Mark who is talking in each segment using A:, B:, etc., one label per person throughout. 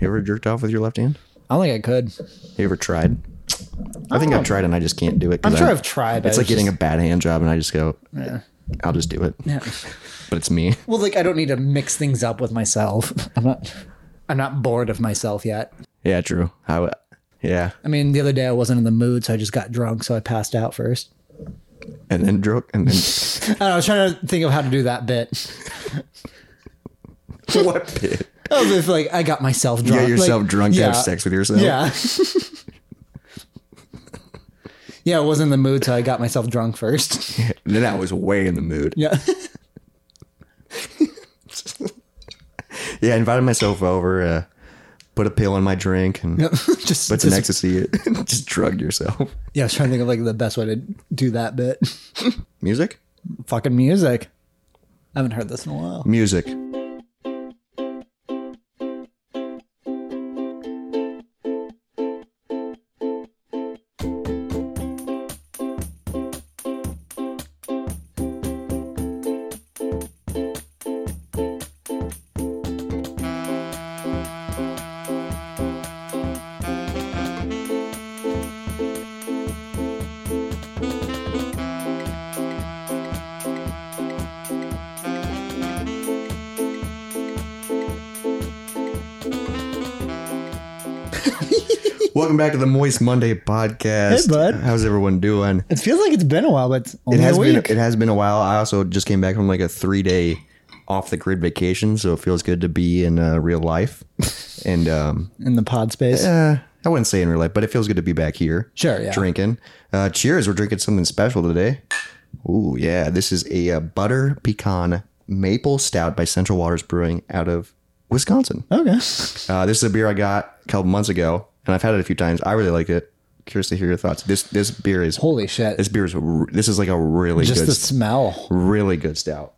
A: You ever jerked off with your left hand?
B: I don't think I could.
A: You ever tried? I think
B: Oh.
A: I've tried and I just can't do it. 'cause
B: I'm sure
A: I-
B: I've tried, but
A: It's
B: I
A: like
B: was
A: getting a bad hand job, and I just go, I'll just do it. But it's me.
B: Well, like I don't need to mix things up with myself. I'm not. I'm not bored of myself yet.
A: Yeah, true. How? Yeah,
B: I mean, the other day I wasn't in the mood, so I just got drunk, so I passed out first.
A: and then drunk, and then
B: I, don't know, I was trying to think of how to do that bit.
A: what? bit?
B: Oh, but if like I got myself
A: You
B: drunk,
A: got yourself
B: like,
A: drunk to have
B: yeah.
A: sex with yourself.
B: Yeah. yeah, I wasn't in the mood, so I got myself drunk first.
A: Then I was way in the mood.
B: Yeah.
A: Yeah, I invited myself over, uh, put a pill in my drink, and
B: just,
A: put
B: just
A: some ecstasy. just drugged yourself.
B: yeah, I was trying to think of like the best way to do that bit.
A: Music,
B: Fucking music. I haven't heard this in a while.
A: music. Welcome back to the Moist Monday podcast.
B: Hey, bud.
A: How's everyone doing?
B: It feels like it's been a while, but it's
A: It
B: only
A: has
B: a
A: been.
B: week.
A: It has been a while. I also just came back from like a three day off the grid vacation, so it feels good to be in uh, real life. and um,
B: in the pod space.
A: uh, I wouldn't say in real life, but it feels good to be back here.
B: Sure, yeah.
A: Drinking. Uh, cheers. We're drinking something special today. Ooh, yeah. This is a uh, butter pecan maple stout by Central Waters Brewing out of Wisconsin.
B: Okay.
A: Uh, this is a beer I got a couple months ago, and I've had it a few times. I really like it. Curious to hear your thoughts. This this beer is
B: Holy shit.
A: this beer is r- this is like a really
B: Just
A: good
B: the smell.
A: really good stout.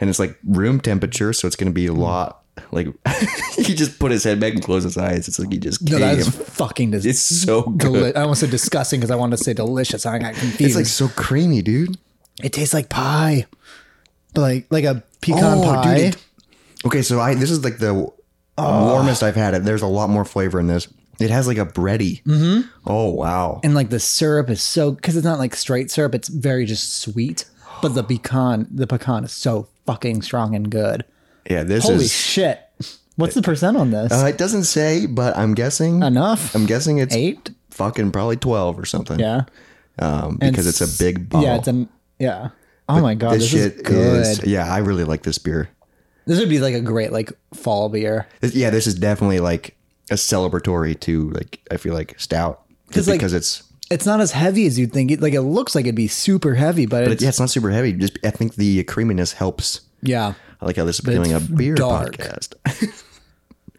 A: And it's like room temperature, so it's going to be a
B: Hmm.
A: lot. Like he just put his head back and closed his eyes. It's like he just
B: No,
A: came.
B: that is fucking dis-
A: it's so good.
B: deli- I almost said disgusting because I wanted to say delicious. I got confused.
A: It's like so creamy, dude.
B: it tastes like pie, but like like a pecan
A: Oh,
B: pie.
A: dude, it- okay, so I this is like the warmest I've had it. There's a lot more flavor in this. It has like a bready. Mm-hmm. Oh wow.
B: and like the syrup is so because it's not like straight syrup. It's very just sweet. But the pecan, the pecan is so fucking strong and good.
A: Yeah, this
B: Holy
A: is.
B: shit! What's the percent on this?
A: uh, it doesn't say, but I'm guessing.
B: Enough.
A: I'm guessing it's
B: Eight.
A: fucking probably twelve or something.
B: Yeah.
A: um, because it's, a big bottle.
B: Yeah. It's an yeah. Oh my god,
A: this,
B: this,
A: shit
B: is good.
A: is. Yeah, I really like this beer.
B: This would be like a great like fall beer.
A: This- yeah, this is definitely like a celebratory to like I feel like stout
B: 'Cause,
A: Just
B: like-
A: because it's
B: It's not as heavy as you'd think. It, like it looks like it'd be super heavy, but,
A: but
B: it's,
A: yeah, it's not super heavy. Just I think the creaminess helps.
B: yeah.
A: I like how this is becoming a
B: it's
A: beer
B: dark.
A: podcast.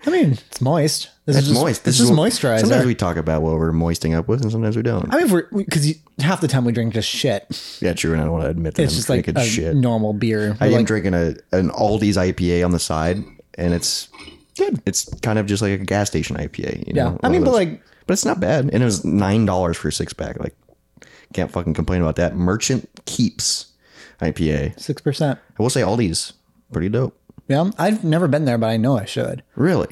B: I mean, it's moist. This
A: It's
B: is just,
A: moist.
B: This
A: is
B: is
A: what-
B: moisturizer.
A: Sometimes we talk about what we're moisting up with, and sometimes we don't.
B: I mean, if we're because half the time we drink just shit. It's
A: yeah, true. And I don't want to admit that I'm
B: just like
A: drinking
B: a
A: shit.
B: normal beer.
A: I
B: We're
A: am
B: like,
A: drinking a an Aldi's IPA on the side, and it's
B: Good.
A: It's kind of just like a gas station IPA. You
B: Yeah.
A: know,
B: I
A: one
B: mean,
A: of
B: but
A: those.
B: like-
A: but it's not bad, and it was nine dollars for a six pack. Like, can't fucking complain about that. Merchant Keeps IPA.
B: six percent.
A: I will say Aldi's pretty dope.
B: Yeah, I've never been there, but I know I should.
A: Really,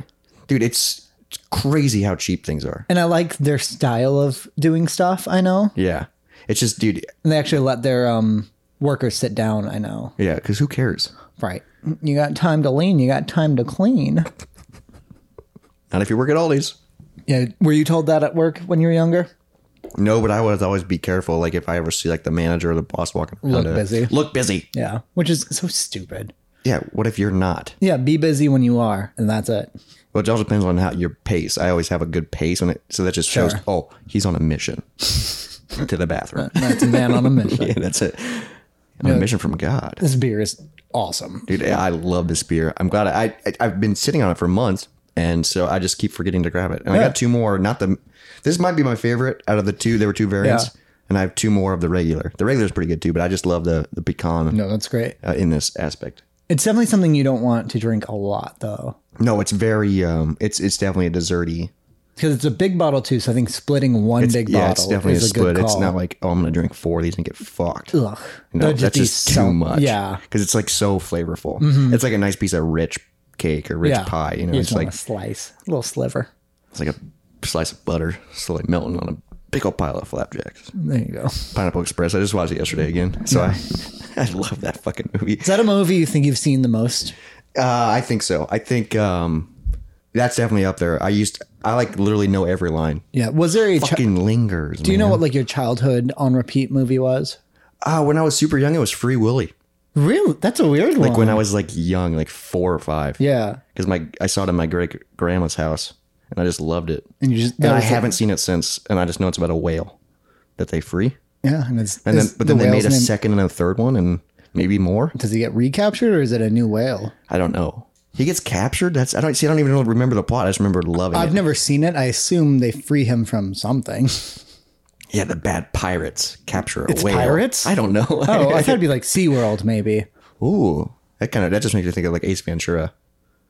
A: dude, it's, it's crazy how cheap things are.
B: And I like their style of doing stuff. I know,
A: Yeah, it's just, dude.
B: and they actually let their um workers sit down. I know,
A: Yeah, because who cares?
B: right? You got time to lean. You got time to clean.
A: Not if you work at Aldi's.
B: Yeah, were you told that at work when you were younger?
A: No, but I would always be careful. Like if I ever see like the manager or the boss walking, around,
B: Look
A: uh,
B: busy.
A: Look busy.
B: Yeah, which is so stupid.
A: Yeah. What if you're not?
B: Yeah, be busy when you are, and that's it.
A: Well, it also depends on how your pace. I always have a good pace on it, so that just shows.
B: Sure.
A: Oh, he's on a mission to the bathroom.
B: That's a man on a mission.
A: yeah, that's it. On a mission from God,
B: This beer is awesome.
A: dude. I love this beer. I'm glad I, I I've been sitting on it for months, and so I just keep forgetting to grab it. And I
B: Yeah.
A: got two more. Not the. This might be my favorite out of the two. There were two variants,
B: Yeah.
A: and I have two more of the regular. The regular is pretty good too, but I just love the the pecan
B: No, that's great.
A: uh, in this aspect.
B: It's definitely something you don't want to drink a lot though,
A: No, it's very um, it's it's definitely a desserty.
B: because it's a big bottle too. So I think splitting one big
A: yeah,
B: bottle
A: it's definitely a
B: is a,
A: split.
B: good call.
A: It's not like oh, I'm gonna drink four of these and get fucked.
B: Ugh,
A: No,
B: That'd
A: that's
B: be
A: just too
B: so-
A: much.
B: Yeah, Mm-hmm.
A: because it's like so flavorful. It's like a nice piece of rich cake or rich
B: Yeah.
A: pie. You know,
B: You
A: it's
B: just
A: like
B: want a slice, a little sliver.
A: it's like a slice of butter slowly melting on a big old pile of flapjacks.
B: There you go.
A: Pineapple Express. I just watched it yesterday again, so I I love that fucking movie.
B: Is that a movie you think you've seen the most?
A: Uh, I think so. I think um, that's definitely up there. I used I like literally know every line.
B: Yeah. Was there a? Chi-
A: Fucking lingers.
B: do you know what like your childhood on repeat movie was?
A: Ah, when I was super young, it was Free Willy.
B: Really? That's a weird one.
A: Like when I was like young, like four or five.
B: yeah.
A: because my I saw it in my great grandma's house, and I just loved it.
B: And you just.
A: And I
B: that was-
A: haven't seen it since, and I just know it's about a whale that they free.
B: Yeah. And, it's,
A: And then,
B: it's
A: but then
B: the
A: they made
B: whale's
A: a
B: name-
A: second and a third one, and maybe more.
B: Does he get recaptured or is it a new whale?
A: I don't know. He gets captured. That's I don't see. I don't even know- remember the plot. I just remember loving
B: I've
A: it.
B: never seen it. I assume they free him from something.
A: Yeah, the bad pirates capture a whale.
B: pirates?
A: I don't know.
B: Oh, I thought it'd be like SeaWorld, maybe.
A: Ooh, that kind of that just makes me think of like Ace Ventura.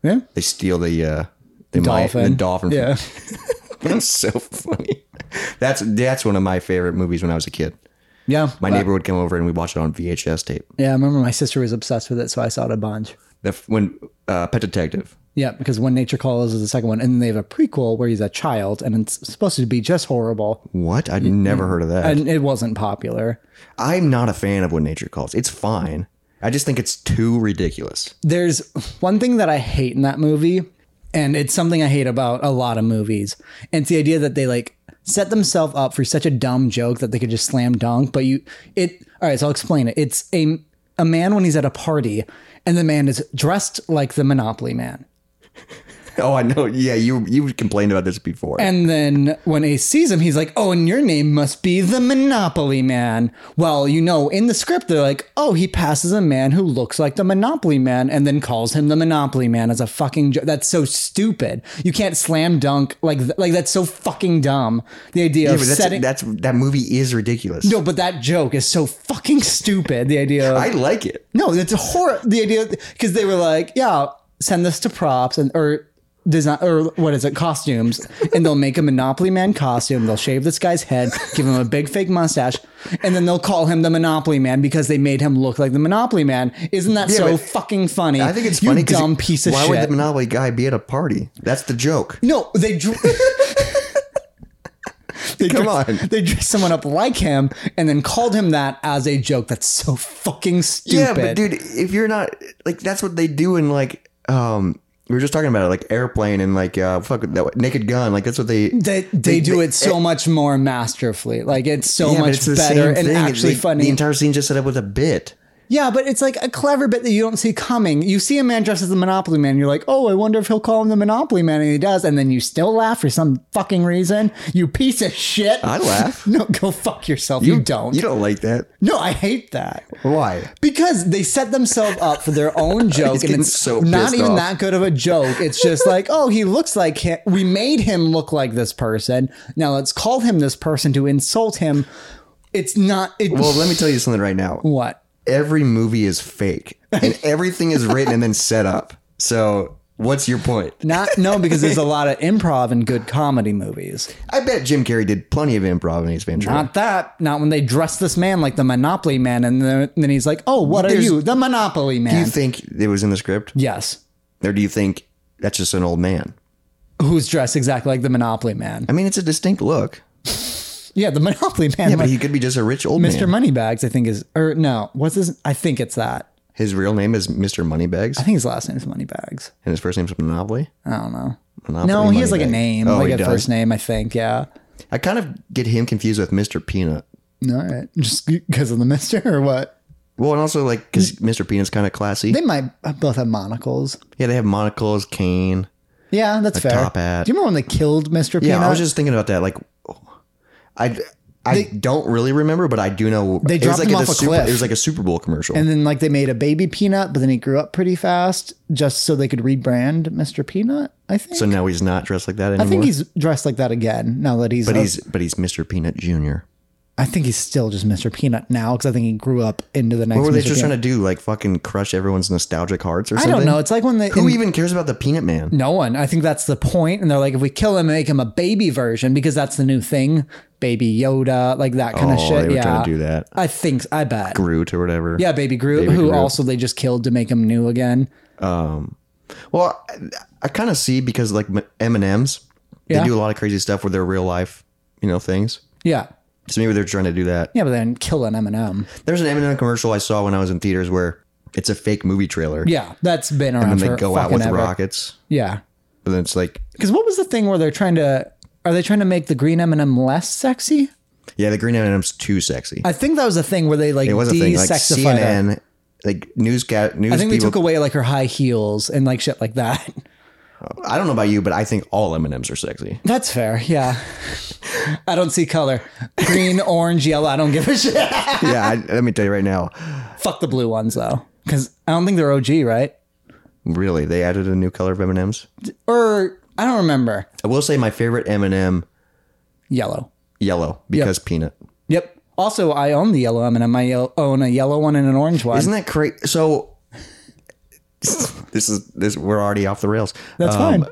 B: Yeah.
A: They steal the uh, the
B: Dolphin.
A: the dolphin. from-
B: Yeah.
A: that's so funny. That's that's one of my favorite movies when I was a kid.
B: Yeah.
A: My neighbor would come over and we watched it on VHS tape.
B: Yeah. I remember my sister was obsessed with it, so I saw it a bunch.
A: The f- when uh, Pet Detective.
B: Yeah, because When Nature Calls is the second one, and then they have a prequel where he's a child, and it's supposed to be just horrible,
A: What? I'd never heard of that.
B: and it wasn't popular.
A: I'm not a fan of When Nature Calls. It's fine. I just think it's too ridiculous.
B: There's one thing that I hate in that movie, and it's something I hate about a lot of movies, and it's the idea that they like set themselves up for such a dumb joke that they could just slam dunk. But you, it. All right, so I'll explain it. It's a a man when he's at a party, and the man is dressed like the Monopoly man.
A: Oh, I know. Yeah, you you complained about this before.
B: And then when Ace sees him, he's like, "Oh, and your name must be the Monopoly Man." Well, you know, in the script, they're like, "Oh, he passes a man who looks like the Monopoly Man, and then calls him the Monopoly Man as a fucking jo- that's so stupid. You can't slam dunk like th- like that's so fucking dumb. The idea
A: Yeah,
B: of
A: but that's,
B: setting
A: that's that movie is ridiculous.
B: no, but that joke is so fucking stupid. The idea of
A: I like it.
B: no, that's a horror. The idea because they were like, yeah, send this to props and or design or what is it costumes, and they'll make a Monopoly Man costume. They'll shave this guy's head, give him a big fake mustache, and then they'll call him the Monopoly Man because they made him look like the Monopoly Man. Isn't that so
A: but
B: fucking funny?
A: I think it's
B: you
A: funny. 'cause
B: dumb piece of
A: why
B: shit.
A: would the Monopoly guy be at a party? That's the joke.
B: No, they drew. they
A: Come
B: dress-
A: on.
B: They dressed someone up like him and then called him that as a joke. That's so fucking stupid.
A: Yeah, but dude, if you're not like, that's what they do in like, um, we were just talking about it, like airplane and like, uh, fuck that Naked Gun, like that's what they
B: They, they do it so much more masterfully. Like it's so
A: Yeah, but
B: much
A: it's the
B: better
A: same thing.
B: and
A: It's
B: actually
A: like
B: funny.
A: The entire scene's just set up with a bit.
B: yeah, but it's like a clever bit that you don't see coming. You see a man dressed as the Monopoly Man, you're like, oh, I wonder if he'll call him the Monopoly Man, and he does, and then you still laugh for some fucking reason. You piece of shit.
A: I laugh.
B: no, go fuck yourself. You, don't.
A: You don't like that.
B: no, I hate that.
A: Why?
B: Because they set themselves up for their own joke, and
A: getting
B: it's
A: so
B: not
A: pissed
B: even
A: off.
B: that good of a joke. It's just like, oh, he looks like him. We made him look like this person. Now let's call him this person to insult him. It's not. It,
A: Well, let me tell you something right now.
B: what?
A: Every movie is fake, and everything is written and then set up. So, what's your point?
B: Not no, because there's a lot of improv in good comedy movies.
A: I bet Jim Carrey did plenty of improv in Ace Ventura.
B: Not that. Not when they dress this man like the Monopoly Man, and then, and then he's like, "Oh, what are
A: There's-
B: you, the Monopoly
A: do
B: Man?"
A: you think it was in the script,
B: yes,
A: or do you think that's just an old man?
B: who's dressed exactly like the Monopoly Man?
A: I mean, it's a distinct look,
B: Yeah, the Monopoly Man.
A: but he could be just a rich old
B: Mr.
A: man.
B: Moneybags, I think is or no, what's his? I think it's that.
A: His real name is Mr. Moneybags,
B: I think his last name is Moneybags.
A: and his first name's Monopoly.
B: I don't know.
A: Monopoly
B: no, he has like a
A: Moneybags.
B: name,
A: Oh,
B: like
A: he
B: a
A: does.
B: first name, I think. Yeah.
A: I kind of get him confused with Mr. Peanut.
B: All right, just because of the Mister or what?
A: Well, and also like because Mr. Peanut's kind of classy.
B: They might uh, both have monocles.
A: yeah, they have monocles, cane.
B: Yeah, that's fair.
A: top hat.
B: Do you remember when they killed Mister
A: Yeah,
B: Peanut?
A: I was just thinking about that. Like, I I don't really remember, but I do know they
B: dropped
A: like
B: him
A: at
B: off
A: the
B: a
A: Super-
B: cliff.
A: It was like a Super Bowl commercial.
B: and then like they made a baby Peanut, but then he grew up pretty fast, just so they could rebrand Mister Peanut. I think.
A: so now he's not dressed like that anymore.
B: I think he's dressed like that again now that he's.
A: but
B: a-
A: he's but he's Mr. Peanut Jr.
B: I think he's still just Mister Peanut now because I think he grew up into the next.
A: What were they
B: Mr.
A: just
B: Peanut.
A: trying to do? Like fucking crush everyone's nostalgic hearts or
B: I
A: something?
B: don't know. It's like when they
A: Who
B: in-
A: even cares about the Peanut Man?
B: No one. I think that's the point. And they're like, if we kill him, make him a baby version because that's the new thing. Baby Yoda, like that kind of
A: Oh,
B: shit.
A: they were
B: yeah.
A: trying to do that.
B: I think, I bet.
A: Groot or whatever.
B: Yeah, Baby Groot,
A: Baby
B: who
A: Groot.
B: also they just killed to make him new again.
A: Well, I, I kind of see because like M and M's, they
B: Yeah.
A: do a lot of crazy stuff with their real life, you know, things.
B: Yeah.
A: So maybe they're trying to do that.
B: Yeah, but then kill an M.
A: There's an Eminem commercial I saw when I was in theaters where it's a fake movie trailer,
B: Yeah, that's been around
A: and
B: for
A: they go out
B: fucking
A: with
B: ever.
A: rockets,
B: Yeah.
A: but then it's like,
B: Because what was the thing where they're trying to? Are they trying to make the green M and m less sexy?
A: yeah, the green M&M's too sexy.
B: I think that was the thing where they like
A: it was a thing like
B: de-sexified her.
A: CNN, like newscast, news
B: I think they
A: people.
B: took away like her high heels and like shit like that.
A: I don't know about you, but I think all M&M's are sexy.
B: That's fair. Yeah. I don't see color. Green, orange, yellow. I don't give a shit.
A: yeah, I, let me tell you right now.
B: Fuck the blue ones though, because I don't think they're OG, right?
A: Really, they added a new color of M&M's.
B: Or I don't remember.
A: I will say my favorite M&M
B: Yellow.
A: yellow because peanut.
B: Yep. Also, I own the yellow M and m I yel- own a yellow one and an orange one.
A: Isn't that crazy? So this is this we're already off the rails.
B: That's
A: Um,
B: fine.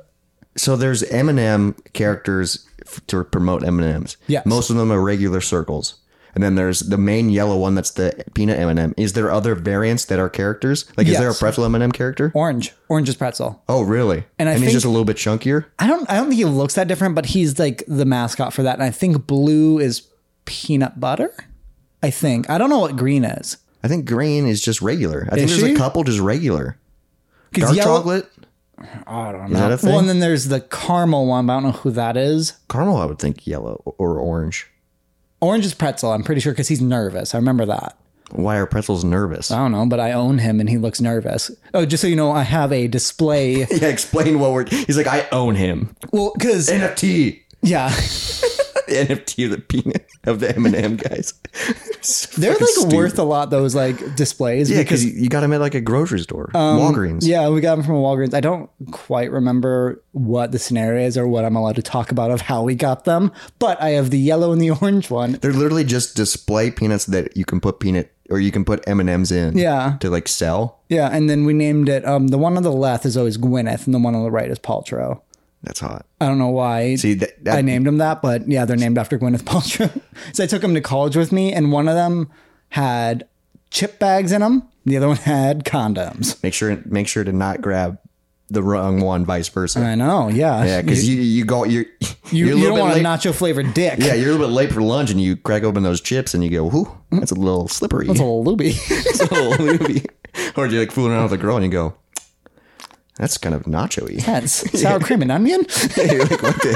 A: So there's Eminem characters f- to promote M&Ms.
B: Yes.
A: Most of them are regular circles. And then there's the main yellow one that's the peanut M&M. Is there other variants that are characters? Like is there a
B: Yes.
A: pretzel M&M character?
B: Orange. Orange is pretzel.
A: Oh, really?
B: And I
A: he's
B: think-
A: just a little bit chunkier?
B: I don't I don't think he looks that different, but he's like the mascot for that. And I think blue is peanut butter. I think. I don't know what green is.
A: I think green is just regular. I think
B: Is
A: there's
B: she?
A: a couple just regular.
B: 'Cause
A: Dark
B: yellow-
A: chocolate?
B: I don't know.
A: that a
B: Well,
A: thing?
B: and then there's the caramel one, but I don't know who that is.
A: Caramel, I would think yellow or orange.
B: Orange is pretzel, I'm pretty sure, because he's nervous. I remember that.
A: Why are pretzels nervous?
B: I don't know, but I own him and he looks nervous. Oh, just so you know, I have a display.
A: Yeah, explain what we're. He's like, I own him.
B: well, because,
A: NFT,
B: yeah,
A: The NFT of the peanut of the M and M guys.
B: they're like worth a lot, those like displays.
A: Yeah, Um,
B: because
A: because you got him at like a grocery store, Walgreens.
B: Yeah, we got them from Walgreens. I don't quite remember what the scenario is or what I'm allowed to talk about of how we got them, but I have the yellow and the orange one.
A: They're literally just display peanuts that you can put peanut or you can put M and M's in.
B: Yeah.
A: to like sell.
B: Yeah, and then we named it. Um, the one on the left is always Gwyneth, and the one on the right is Paltrow.
A: That's hot.
B: I don't know why
A: See that, that
B: I named them that, but yeah, they're named after Gwyneth Paltrow. so I took them to college with me, and one of them had chip bags in them. The other one had condoms.
A: make sure make sure to not grab the wrong one, vice versa.
B: I know, yeah.
A: Yeah, because you you go you're
B: you,
A: you're a
B: you
A: little
B: don't
A: bit
B: want a
A: late.
B: nacho flavored dick.
A: yeah, you're a little bit late for lunch, and you crack open those chips, and you go, "Whoo, that's a little slippery."
B: It's a little loopy.
A: the whole movie. Or you're like fooling around with a girl and you go, that's kind of nacho y.
B: That's sour cream and onion.
A: you're like, what the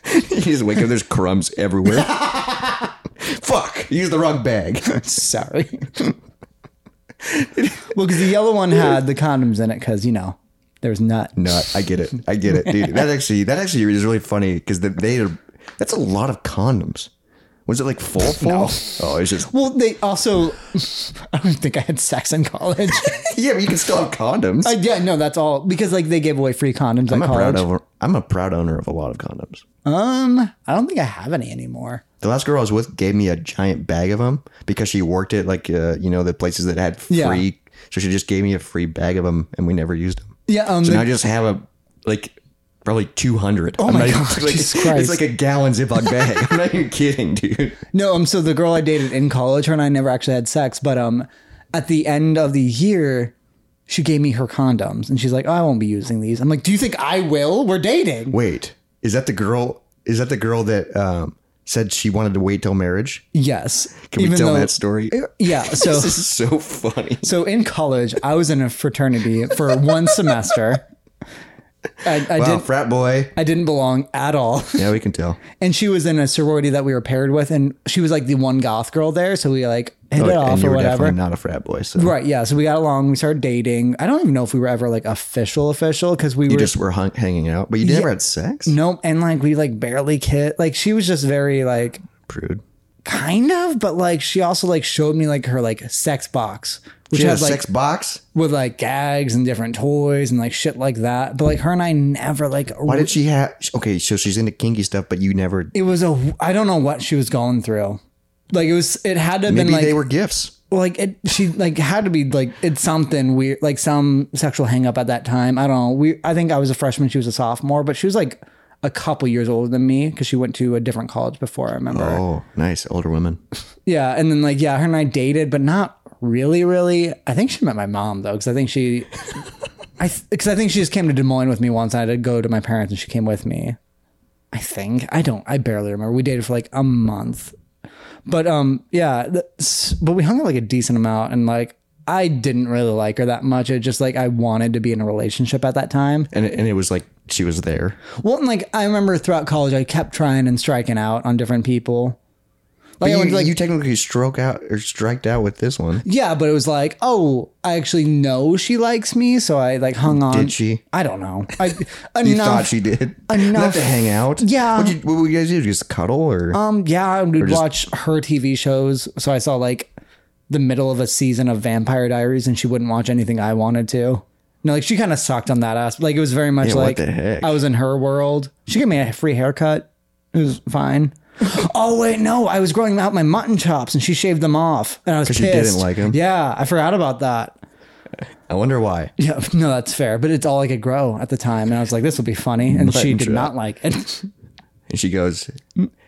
A: heck? you just wake up, there's crumbs everywhere. Fuck, you used the wrong bag.
B: Sorry. well, because the yellow one had the condoms in it, because you know there's nut.
A: Not, I get it. I get it, dude. That actually, that actually is really funny because they are, that's a lot of condoms. Was it like full full? Oh, it's just,
B: Well, they also. I don't think I had sex in college.
A: yeah, but you can still have condoms.
B: I, yeah, no, that's all because like they gave away free condoms
A: I'm
B: at
A: a
B: college.
A: proud owner. I'm a proud owner of a lot of condoms.
B: um, I don't think I have any anymore.
A: The last girl I was with gave me a giant bag of them because she worked at like uh, you know the places that had free.
B: Yeah.
A: So she just gave me a free bag of them, and we never used them.
B: Yeah, um,
A: So
B: the-
A: now I just have a like probably two hundred. Oh
B: my God,
A: like,
B: Jesus
A: It's
B: Christ.
A: like a gallon Ziploc bag. I'm not even kidding, dude.
B: No, um, so the girl I dated in college, her and I never actually had sex, but um, at the end of the year, she gave me her condoms, and she's like, oh, "I won't be using these." I'm like, "Do you think I will? We're dating."
A: Wait, is that the girl? Is that the girl that um, said she wanted to wait till marriage?
B: Yes.
A: Can we tell that story?
B: Yeah. So
A: This is so funny.
B: so in college, I was in a fraternity for one semester. I, I
A: Wow,
B: didn't.
A: frat boy.
B: I didn't belong at all.
A: Yeah, we can tell.
B: And she was in a sorority that we were paired with, and she was like the one goth girl there. So we like hit it
A: and
B: off
A: you
B: or
A: were
B: whatever.
A: definitely not a frat boy. So
B: Right. Yeah. So we got along. We started dating. I don't even know if we were ever like official official because we
A: you
B: were
A: just were hung, hanging out, but you never had sex.
B: nope. And like we like barely kid. Like she was just very like
A: Prude.
B: kind of, but like she also like showed me like her like sex box, which
A: She had
B: had
A: a
B: like
A: sex box.
B: with like gags and different toys and like shit like that. But like her and I never like.
A: Why did she have? Okay, so she's into kinky stuff, but you never.
B: it was a I don't know what she was going through. Like it was, it had to have
A: Maybe
B: been like
A: they were gifts.
B: like it she like had to be like it's something weird like some sexual hang up at that time i don't know we i think i was a freshman she was a sophomore but she was like a couple years older than me because she went to a different college before i remember
A: Oh, nice, older women.
B: yeah and then like yeah her and i dated but not really really i think she met my mom though because i think she I because I think she just came to Des Moines with me once. I had to go to my parents, and she came with me. I think I don't. I barely remember. We dated for like a month, but um, yeah. that's- But we hung out like a decent amount, and like I didn't really like her that much. It just like I wanted to be in a relationship at that time.
A: and it, and it was like she was there.
B: Well, and like I remember throughout college, I kept trying and striking out on different people. Like, I
A: You,
B: went to, like
A: you technically stroke out or striked out with this one.
B: Yeah, but it was like, oh, I actually know she likes me, so I like hung on.
A: Did she?
B: I don't know. I
A: You
B: enough.
A: thought she did
B: Enough.
A: Not to hang out.
B: Yeah.
A: What, you, what would you guys do? Just cuddle or?
B: um, yeah, I would watch her TV shows. So I saw like the middle of a season of Vampire Diaries, and she wouldn't watch anything I wanted to. No, like she kind of sucked on that aspect. Like it was very much
A: what
B: like
A: the heck?
B: I was in her world. She gave me a free haircut. It was fine. oh wait, no, I was growing out my mutton chops, and she shaved them off, and I was pissed.
A: she didn't like 'em.
B: Yeah, I forgot about that.
A: I wonder why.
B: Yeah, no, that's fair. But it's all I could grow at the time, and I was like, "This will be funny," and she
A: Mutton
B: did
A: chop.
B: not like it.
A: And she goes,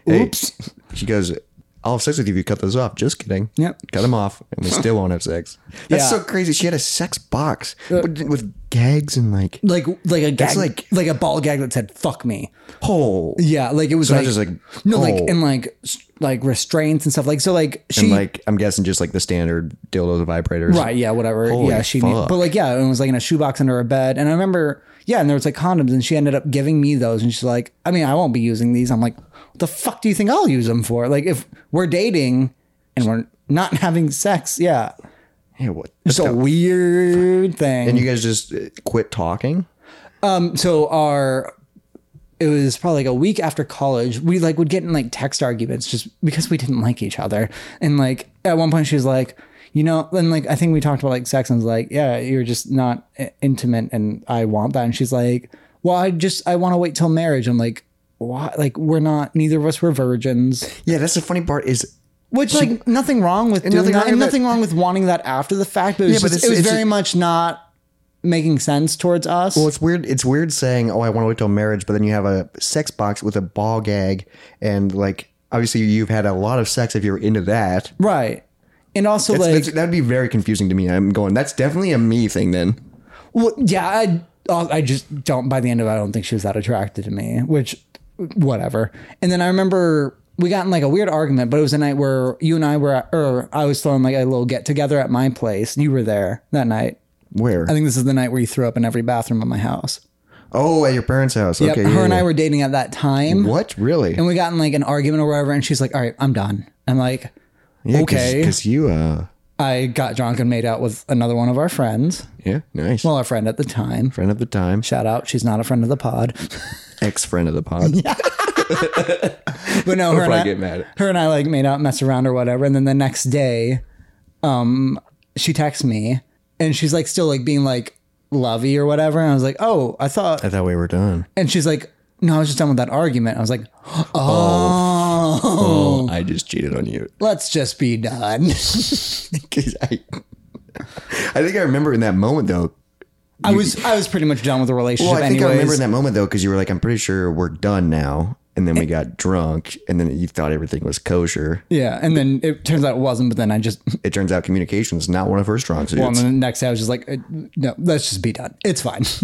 A: hey, Oops. She goes, I'll have sex with you if you cut those off. Just kidding.
B: Yep.
A: Cut them off, and we still won't have sex. That's
B: Yeah. Uh,
A: so crazy. She had a sex box with, with gags and like,
B: like, like a gag, like,
A: like-
B: a ball gag that said "fuck me."
A: oh.
B: Yeah, like it was
A: Not
B: like,
A: just like,
B: no,
A: oh.
B: like and like s- like restraints and stuff. Like so, like she
A: And, like, I'm guessing just like the standard dildos, vibrators.
B: right, yeah, whatever.
A: Holy
B: yeah, she knew-
A: fuck.
B: but like yeah, it was like in a shoebox under her bed, and I remember yeah, and there was like condoms, and she ended up giving me those, and she's like, "I mean, I won't be using these." I'm like, what "The fuck do you think I'll use them for?" Like if we're dating and we're not having sex, yeah.
A: Yeah, what?
B: It's a weird thing.
A: And you guys just uh, quit talking?
B: so our it was probably like a week after college we like would get in like text arguments just because we didn't like each other and like at one point she was like you know and like i think we talked about like sex and I was like yeah you're just not i- intimate and i want that and she's like well i just i want to wait till marriage i'm like why like we're not neither of us were virgins
A: Yeah, that's the funny part is
B: which like nothing wrong with doing
A: nothing
B: that
A: wrong
B: and
A: with
B: nothing wrong with wanting that after the fact but it was,
A: Yeah, but
B: just,
A: it's-
B: it was
A: it's
B: very
A: just-
B: much not making sense towards us
A: Well, it's weird. It's weird saying, "Oh, I want to wait till marriage," but then you have a sex box with a ball gag, and like obviously you've had a lot of sex if you're into that.
B: right and also like
A: That's- that'd be very confusing to me. I'm going. That's definitely a me thing. Then
B: Well, yeah, I, uh, I just don't. By the end of it, I don't think she was that attracted to me. Which, whatever. And then I remember we got in like a weird argument, but it was a night where you and I were, at, or I was throwing like a little get together at my place. You were there that night.
A: where?
B: I think this is the night where you threw up in every bathroom of my house.
A: oh, at your parents' house.
B: Yep,
A: okay.
B: her
A: yeah,
B: and I
A: yeah.
B: were dating at that time,
A: What really?
B: and we got in like an argument or whatever. And she's like, "All right, I'm done." I'm like, okay.
A: Because you, uh,
B: I got drunk and made out with another one of our friends.
A: yeah, nice
B: Well, our friend at the time.
A: friend of the time,
B: Shout out, she's not a friend of the pod.
A: ex friend of the pod.
B: But no, her and,
A: Probably
B: I,
A: get mad.
B: her and I like made out, mess around or whatever. And then the next day, um, she texts me and she's like still like being like lovey or whatever. And I was like, oh, I thought.
A: I thought we were done.
B: And she's like, no, I was just done with that argument. I was like, oh,
A: Oh, I just cheated on you.
B: let's just be done.
A: 'Cause I, I think I remember in that moment though.
B: I was I was pretty much done with the relationship.
A: Well, I think I
B: anyways.
A: remember in that moment though, because you were like, "I'm pretty sure we're done now," and
B: Eh.
A: then we got drunk, and then you thought everything was kosher.
B: yeah, and then it turns out it wasn't. But then I just
A: It turns out communication is not one of her strong suits.
B: well, and then the next day I was just like, uh, no, let's just be done. It's fine.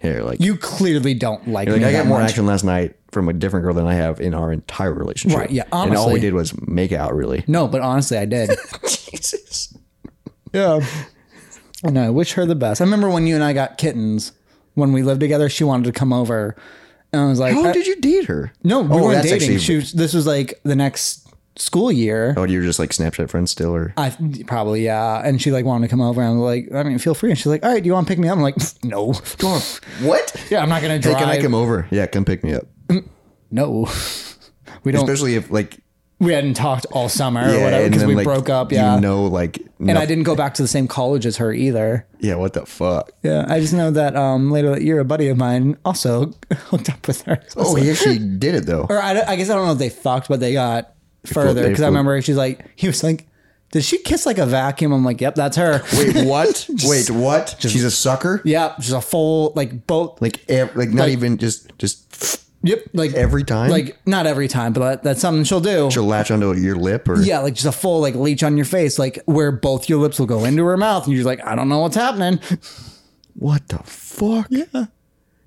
A: Here, like,
B: you clearly don't like
A: like
B: me.
A: I got
B: that
A: more
B: much.
A: action last night from a different girl than I have in our entire relationship.
B: Right, yeah,
A: and all
B: honestly.
A: we did was make out. Really,
B: No, but honestly, I did.
A: Jesus.
B: Yeah. And I wish her the best. I remember when you and I got kittens when we lived together, she wanted to come over. And I was like,
A: How
B: I-
A: long Oh, did you date her?
B: no, we
A: Oh,
B: weren't
A: that's
B: dating.
A: actually-
B: she was, this was like the next school year.
A: Oh, you're just like Snapchat friends still, or
B: I probably, yeah. And she like wanted to come over. And I was like, I mean, feel free. And she's like, all right, do you want to pick me up? I'm like, no.
A: what?
B: Yeah, I'm not going to
A: Hey, can I
B: drive.
A: come over? Yeah, come pick me up.
B: no. We don't,
A: Especially if like
B: we hadn't talked all summer or
A: yeah,
B: whatever
A: and
B: because
A: then,
B: we
A: like,
B: broke up.
A: you
B: Yeah.
A: know, like
B: and
A: no-
B: I didn't go back to the same college as her either.
A: yeah, what the fuck?
B: Yeah, I just know that um, later that year, a buddy of mine also hooked up with her. So-
A: Oh, he actually did it though.
B: Or I, don't- I guess I don't know if they fucked, but they got further
A: they
B: because I
A: flew-
B: remember she's like, he was like, "Did she kiss like a vacuum?" I'm like, "Yep, that's her."
A: Wait, what? Wait, what? She's a sucker.
B: Yep, she's a full like both.
A: Like, ev- like not even just just
B: yep, like
A: every time.
B: like not every time, but that- that's something she'll do.
A: she'll latch onto your lip or
B: yeah, like just a full like leech on your face, like where both your lips will go into her mouth, and you're just like, I don't know what's happening.
A: What the fuck?
B: Yeah.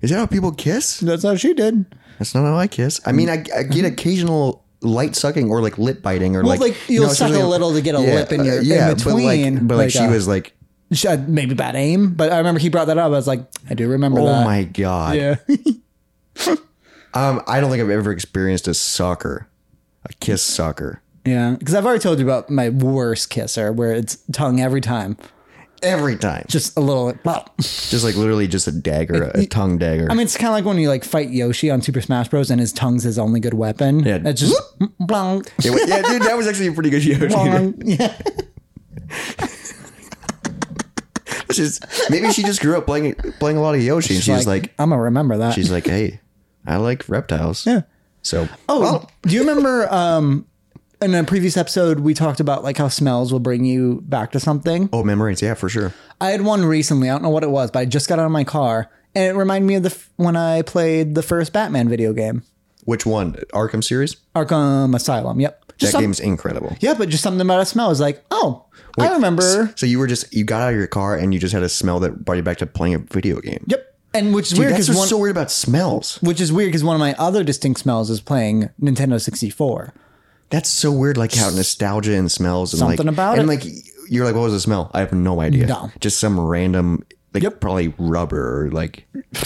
A: Is that how people kiss?
B: That's how she did.
A: That's not how I kiss. I mean, I, I get occasional light sucking or like lip biting or
B: Well, like, you'll
A: know,
B: suck a
A: something-
B: little to get a
A: Yeah,
B: lip in your
A: uh, yeah,
B: in between.
A: But like, but like, she
B: uh,
A: was like,
B: she had maybe bad aim. But I remember he brought that up. I was like, I do remember
A: oh
B: that.
A: my god.
B: Yeah.
A: Um, I don't think I've ever experienced a sucker, a kiss sucker.
B: yeah. Because I've already told you about my worst kisser, where it's tongue every time,
A: Every time,
B: just a little. Like, wow.
A: just like literally just a dagger, a tongue dagger.
B: I mean, it's kind of like when you like fight Yoshi on Super Smash Bros. and his tongue's his only good weapon.
A: Yeah.
B: It's just blong,
A: It wa- yeah, dude, that was actually a pretty good Yoshi.
B: blong. Yeah.
A: It's just- maybe she just grew up playing playing a lot of Yoshi, and she's like,
B: I'm gonna remember that.
A: she's like, hey, I like reptiles.
B: Yeah.
A: So
B: Oh, do you remember um in a previous episode we talked about like how smells will bring you back to something?
A: oh, memories. Yeah, for sure.
B: I had one recently. I don't know what it was, but I just got out of my car and it reminded me of the f- when I played the first Batman video game,
A: Which one? Arkham series.
B: Arkham Asylum. Yep.
A: that
B: Just some-
A: game's incredible.
B: yeah, but just something about a smell is like, oh, I remember.
A: So you were just you got out of your car and you just had a smell that brought you back to playing a video game.
B: Yep. And which is weird
A: That's
B: because
A: what's
B: one,
A: so weird about smells.
B: which is weird because one of my other distinct smells is playing Nintendo 64.
A: That's so weird. Like how nostalgia and smells and like,
B: Something about
A: and
B: it.
A: like you're like, what was the smell? I have no idea.
B: No.
A: Just some random, like
B: Yep.
A: probably rubber or like. I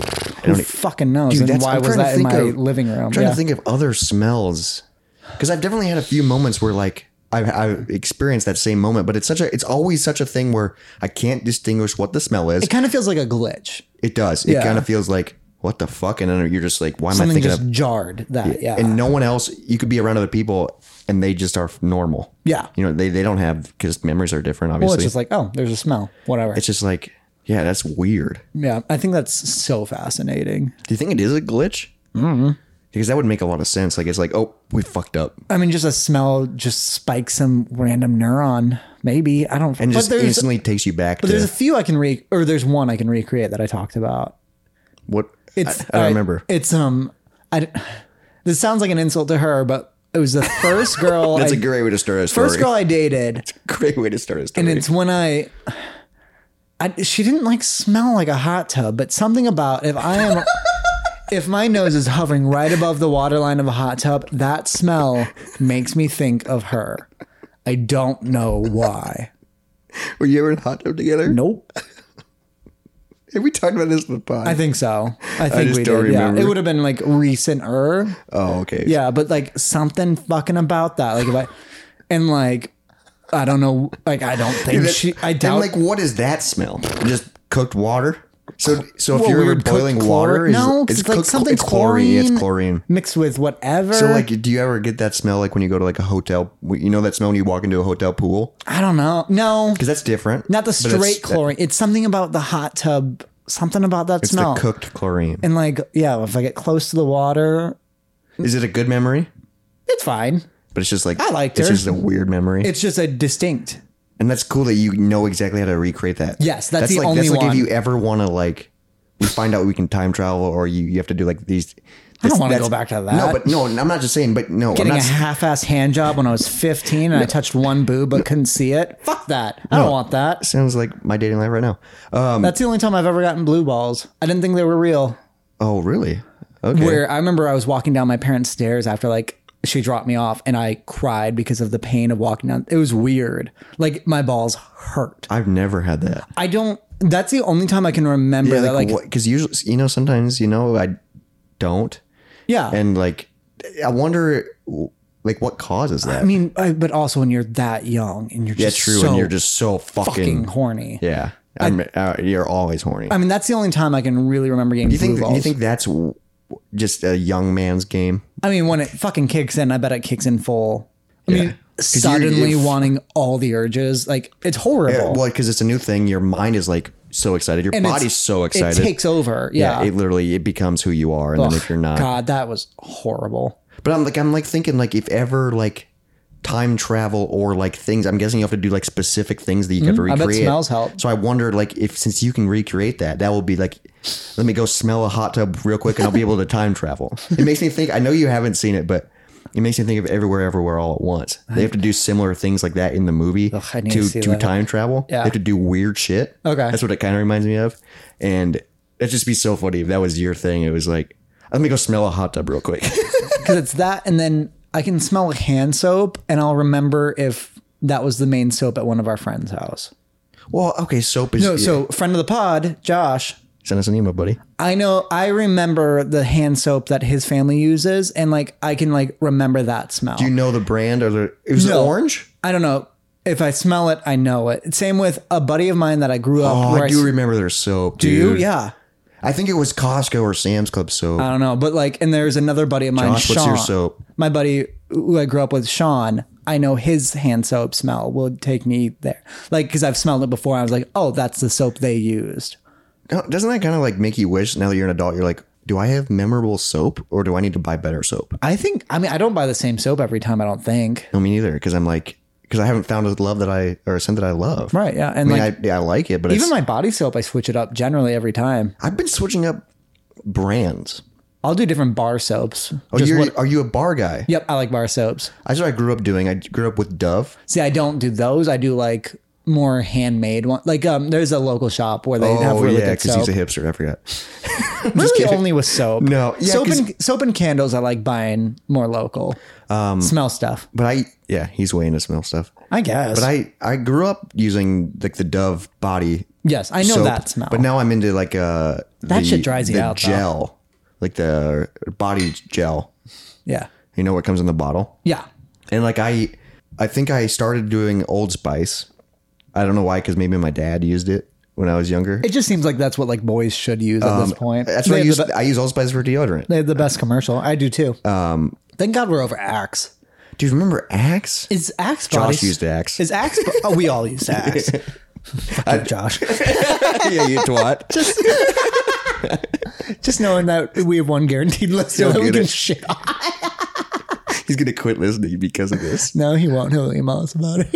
B: Who
A: don't. e-,
B: fucking knows?
A: Dude,
B: and
A: that's-
B: why
A: I'm
B: was
A: trying to
B: that in
A: think
B: my
A: of-
B: living room?
A: I'm trying
B: Um, Yeah.
A: to think of other smells because I've definitely had a few moments where like I've, I've experienced that same moment, but it's such a it's always such a thing where I can't distinguish what the smell is.
B: It kind of feels like a glitch.
A: It does. It
B: Yeah.
A: kind of feels like what the fuck, and then you're just like, why am I
B: Something
A: thinking
B: just
A: of?
B: jarred that. Yeah.
A: And no one else. You could be around other people, and they just are normal.
B: yeah.
A: You know, they they don't have because memories are different. Obviously,
B: Well, it's just like, oh, there's a smell. Whatever.
A: it's just like yeah, that's weird.
B: Yeah. I think that's so fascinating.
A: Do you think it is a glitch? Mm-hmm. Because that would make a lot of sense. Like it's like, oh, we fucked up,
B: I mean, just a smell just spikes some random neuron. Maybe. I don't
A: and
B: but
A: just
B: there's,
A: instantly takes you back
B: there's a
A: to
B: few I can re or there's one I can recreate that I talked about.
A: what.
B: It's
A: I, I don't
B: all right,
A: remember.
B: It's um I d- this sounds like an insult to her, but it was the first girl
A: That's
B: I,
A: a great way to start a story.
B: first girl I dated
A: great way to start a story.
B: and it's when I, I she didn't like smell like a hot tub, but something about if I am if my nose is hovering right above the waterline of a hot tub, that smell makes me think of her. I don't know why.
A: Were you ever in hot tub together?
B: Nope.
A: Have we talked about this in the pod?
B: I think so. I think
A: just
B: we
A: don't
B: did.
A: remember.
B: Yeah. It would have been like recenter.
A: oh, okay.
B: Yeah, but like something fucking about that. Like if I and like I don't know like I don't think
A: That-
B: she I
A: and
B: doubt
A: like what is that smell? Just cooked water. So so if
B: Well,
A: you're
B: weird cooked
A: boiling water,
B: chlor-
A: is-
B: no, 'cause it's like
A: cooked chl-
B: something
A: it's chlorine. It's
B: chlorine.
A: chlorine.
B: mixed with whatever.
A: So like, do you ever get that smell like when you go to like a hotel? You know that smell when you walk into a hotel pool
B: I don't know. No,
A: because that's different.
B: not the
A: But it's-
B: straight chlorine. it's something about the hot tub. Something about that
A: It's
B: smell.
A: the cooked chlorine.
B: and like, yeah, if I get close to the water,
A: Is it a good memory?
B: it's fine.
A: But it's just like
B: I liked
A: It's
B: her.
A: just a weird memory,
B: It's just a distinct.
A: and that's cool that you know exactly how to recreate that.
B: Yes, that's the
A: like,
B: only
A: that's like
B: one.
A: if you ever want to like, you find out we can time travel, or you you have to do like these. I
B: don't wanna go back to that.
A: No, but no, I'm not just saying. But no, I'm
B: Getting
A: not
B: a half-ass hand job when I was 15 and I touched one boob but couldn't see it. Fuck that. I don't want that.
A: sounds like my dating life right now. Um,
B: That's the only time I've ever gotten blue balls. I didn't think they were real.
A: oh, really? Okay.
B: Where I remember I was walking down my parents' stairs after like she dropped me off and I cried because of the pain of walking down. It was weird. Like my balls hurt.
A: I've never had that.
B: I don't. That's the only time I can remember that. Like,
A: because usually, you know, sometimes you know I don't,
B: yeah.
A: and like I wonder, like what causes that?
B: I mean, I, but also when you're that young and you're
A: yeah,
B: just
A: true.
B: so
A: and you're just so fucking,
B: fucking horny.
A: yeah. I'm, uh, you're always horny.
B: I mean, that's the only time I can really remember getting
A: you think
B: blue balls.
A: you think that's w- just a young man's game?
B: I mean, when it fucking kicks in, I bet it kicks in full. I mean,
A: 'Cause you're-
B: suddenly
A: if-
B: wanting all the urges, like it's horrible.
A: Yeah, Uh, well, because it's a new thing. Your mind is like so excited. Your
B: Oh. And it's-
A: body's so excited.
B: It takes over.
A: yeah,
B: Yeah.
A: it literally it becomes who you are, and then if you're not,
B: God, that was horrible.
A: But I'm like I'm like thinking like if ever like time travel or like things I'm guessing you have to do like specific things that you have to
B: Mm-hmm. I
A: recreate.
B: bet smells help.
A: So I wonder like if since you can recreate that, that will be like let me go smell a hot tub real quick and I'll be able to time travel. It makes me think I know you haven't seen it, but It makes me think of Everywhere, Everywhere, All at Once. They have to do similar things like that in the movie
B: I need to
A: to
B: see
A: to
B: that.
A: time travel.
B: Yeah.
A: They have to do weird shit.
B: Okay.
A: that's what it kind of reminds me of. And that'd just be so funny if that was your thing. It was like, let me go smell a hot tub real quick.
B: because it's that, and then I can smell like hand soap, and I'll remember if that was the main soap at one of our friends' house.
A: well, okay, soap is
B: So,
A: yeah.
B: so friend of the pod, Josh.
A: Send us an email, buddy.
B: I know I remember the hand soap that his family uses, and like I can like remember that smell.
A: Do you know the brand or the? It was
B: No.
A: orange.
B: I don't know if I smell it, I know it. Same with a buddy of mine that I grew up.
A: Oh,
B: where
A: I
B: I
A: do
B: s-
A: remember their soap.
B: do you?
A: dude.
B: Yeah,
A: I think it was Costco or Sam's Club soap.
B: I don't know, but like, and there's another buddy of mine,
A: Josh,
B: Sean.
A: what's your soap?
B: My buddy who I grew up with, Sean. I know his hand soap smell will take me there, like because I've smelled it before. I was like, oh, that's the soap they used.
A: Don't- Oh, Doesn't that kind of like make you wish now that you're an adult? You're like, do I have memorable soap or do I need to buy better soap?
B: I think. I mean, I don't buy the same soap every time. I don't think.
A: No, me neither. Because I'm like, because I haven't found a love that I or a scent that I love.
B: Right. Yeah. And
A: I mean,
B: like,
A: I, yeah, I like it, but
B: even
A: it's,
B: my body soap, I switch it up generally every time.
A: I've been switching up brands.
B: I'll do different bar soaps.
A: Oh,
B: Just
A: you're,
B: what-
A: are you a bar guy?
B: yep, I like bar soaps.
A: That's what I grew up doing. I grew up with Dove.
B: See, I don't do those. I do like more handmade one. Like, um, there's a local shop where they have
A: oh
B: really
A: yeah,
B: good
A: because
B: soap.
A: he's a hipster. I forgot.
B: really only with soap.
A: No, yeah,
B: soap
A: 'cause-
B: and soap and candles. I like buying more local.
A: Um,
B: smell stuff.
A: But I yeah, he's way into smell stuff.
B: I guess.
A: But I I grew up using like the Dove body
B: yes, I know
A: soap,
B: that smell.
A: But now I'm into like uh that
B: shit dries you
A: the
B: out, though.
A: Gel, like the body gel.
B: yeah,
A: You know what comes in the bottle.
B: yeah.
A: And like I, I think I started doing Old Spice. I don't know why, because maybe my dad used it when I was younger.
B: It just seems like that's what like boys should use at this point.
A: Um, That's
B: they
A: what I
B: have
A: use.
B: The, be-
A: I use Old Spice for deodorant.
B: they have the best commercial. I do too. Um, thank God we're over Axe.
A: Dude, remember Axe?
B: Is Axe body?
A: Josh used Axe.
B: Is Axe? bo- oh, we all used Axe. Fucking Josh.
A: yeah, you twat.
B: just just knowing that we have one guaranteed listener
A: He'll
B: that we
A: get
B: can
A: it.
B: shit on.
A: He's gonna quit listening because of this.
B: No, he won't. He'll email us about it.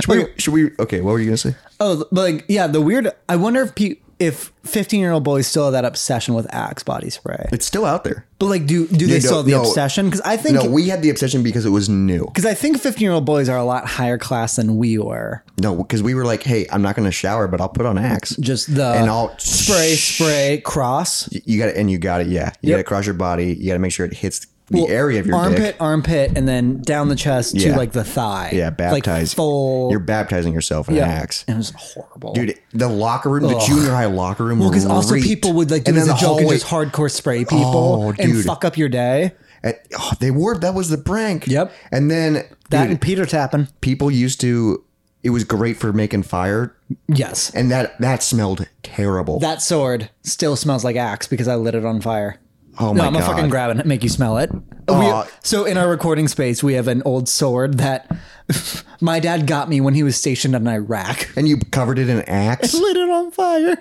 A: Should we? Should we okay, what were you gonna say?
B: oh, but like yeah, the weird. I wonder if pe- if fifteen year old boys still have that obsession with Axe body spray.
A: It's still out there.
B: But like, do do they
A: no,
B: still have the
A: no.
B: obsession? Because I think
A: No, we had the obsession because it was new.
B: because I think fifteen year old boys are a lot higher class than we were.
A: No, because we were like, hey, I'm not gonna shower, but I'll put on Axe.
B: Just the
A: and I'll
B: spray, spray, cross.
A: You got to and you got it. Yeah, you
B: Yep.
A: got to cross your body. You got to make sure it hits the area of your
B: armpit,
A: dick.
B: armpit, and then down the chest
A: Yeah.
B: to like the thigh.
A: Yeah,
B: Like
A: baptize.
B: full.
A: You're baptizing yourself in
B: Yeah.
A: an axe.
B: It was horrible,
A: Dude, the locker room, the junior high locker room.
B: Because also
A: reeked.
B: people would like do
A: And
B: it as
A: then
B: a
A: the
B: joke and
A: hallway-
B: just hardcore spray people
A: Oh,
B: and
A: dude.
B: fuck up your day.
A: at- oh, they were. That was the prank.
B: Yep.
A: And then
B: That
A: dude,
B: and Peter tapping.
A: people used to. It was great for making fire,
B: Yes.
A: and that that smelled terrible.
B: That sword still smells like axe because I lit it on fire.
A: oh
B: No,
A: my
B: I'm
A: god!
B: gonna fucking grab it and make you smell it. We-
A: Aw.
B: so in our recording space, we have an old sword that my dad got me when he was stationed in Iraq.
A: and you covered it in axe,
B: lit it on fire.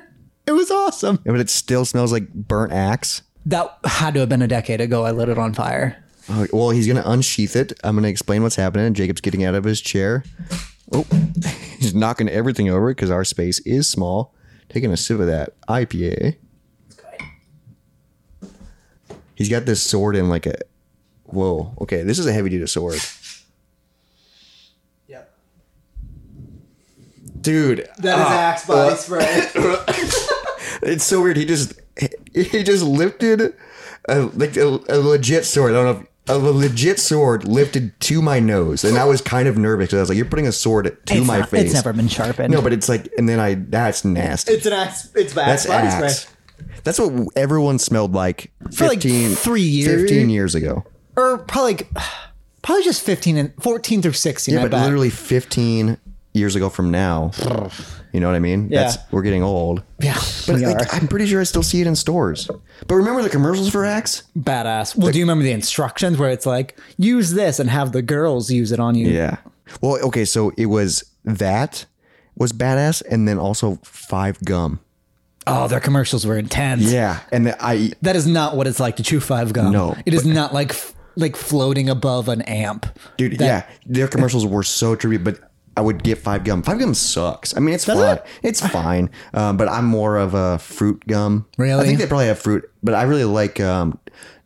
B: It was awesome.
A: but it still smells like burnt axe.
B: That had to have been a decade ago. I lit it on fire.
A: Oh, well, he's gonna unsheath it. I'm gonna explain what's happening. Jacob's getting out of his chair. Oh, he's knocking everything over because our space is small. Taking a sip of that IPA. He's got this sword in like a. Whoa. Okay, this is a heavy duty sword,
B: Yep.
A: dude.
B: That is axe body
A: uh,
B: spray.
A: It's so weird. He just he just lifted a, like a, a legit sword. I don't know. If, a legit sword lifted to my nose, and I was kind of nervous. 'cause I was like, "You're putting a sword to
B: it's
A: my
B: not-
A: face."
B: It's never been sharpened.
A: No, but it's like, and then I, that's nasty.
B: It's an axe. It's
A: that's
B: axe body
A: axe.
B: spray.
A: That's what everyone smelled like
B: For like
A: 15,
B: three years.
A: 15 years ago.
B: Or probably, like, probably just fifteen and fourteen through sixteen. I
A: But
B: bet.
A: literally 15 years ago from now. You know what I mean?
B: Yeah.
A: That's, we're getting old.
B: yeah,
A: But
B: we
A: like,
B: are.
A: I'm pretty sure I still see it in stores. But remember the commercials for Axe?
B: badass. Well, do you remember the instructions where it's like use this and have the girls use it on you?
A: Yeah. Well, okay, so it was that was badass, and then also Five Gum.
B: Oh, their commercials were intense.
A: Yeah, and the, I
B: That is not what it's like to chew five gum.
A: No,
B: it is not like f- like floating above an amp.
A: dude. yeah, their commercials were so trippy, but I would get five gum. Five gum sucks. I mean, it's fine. It's fine. Um, but I'm more of a fruit gum. I
B: Really?
A: think they probably have fruit, but I really like um,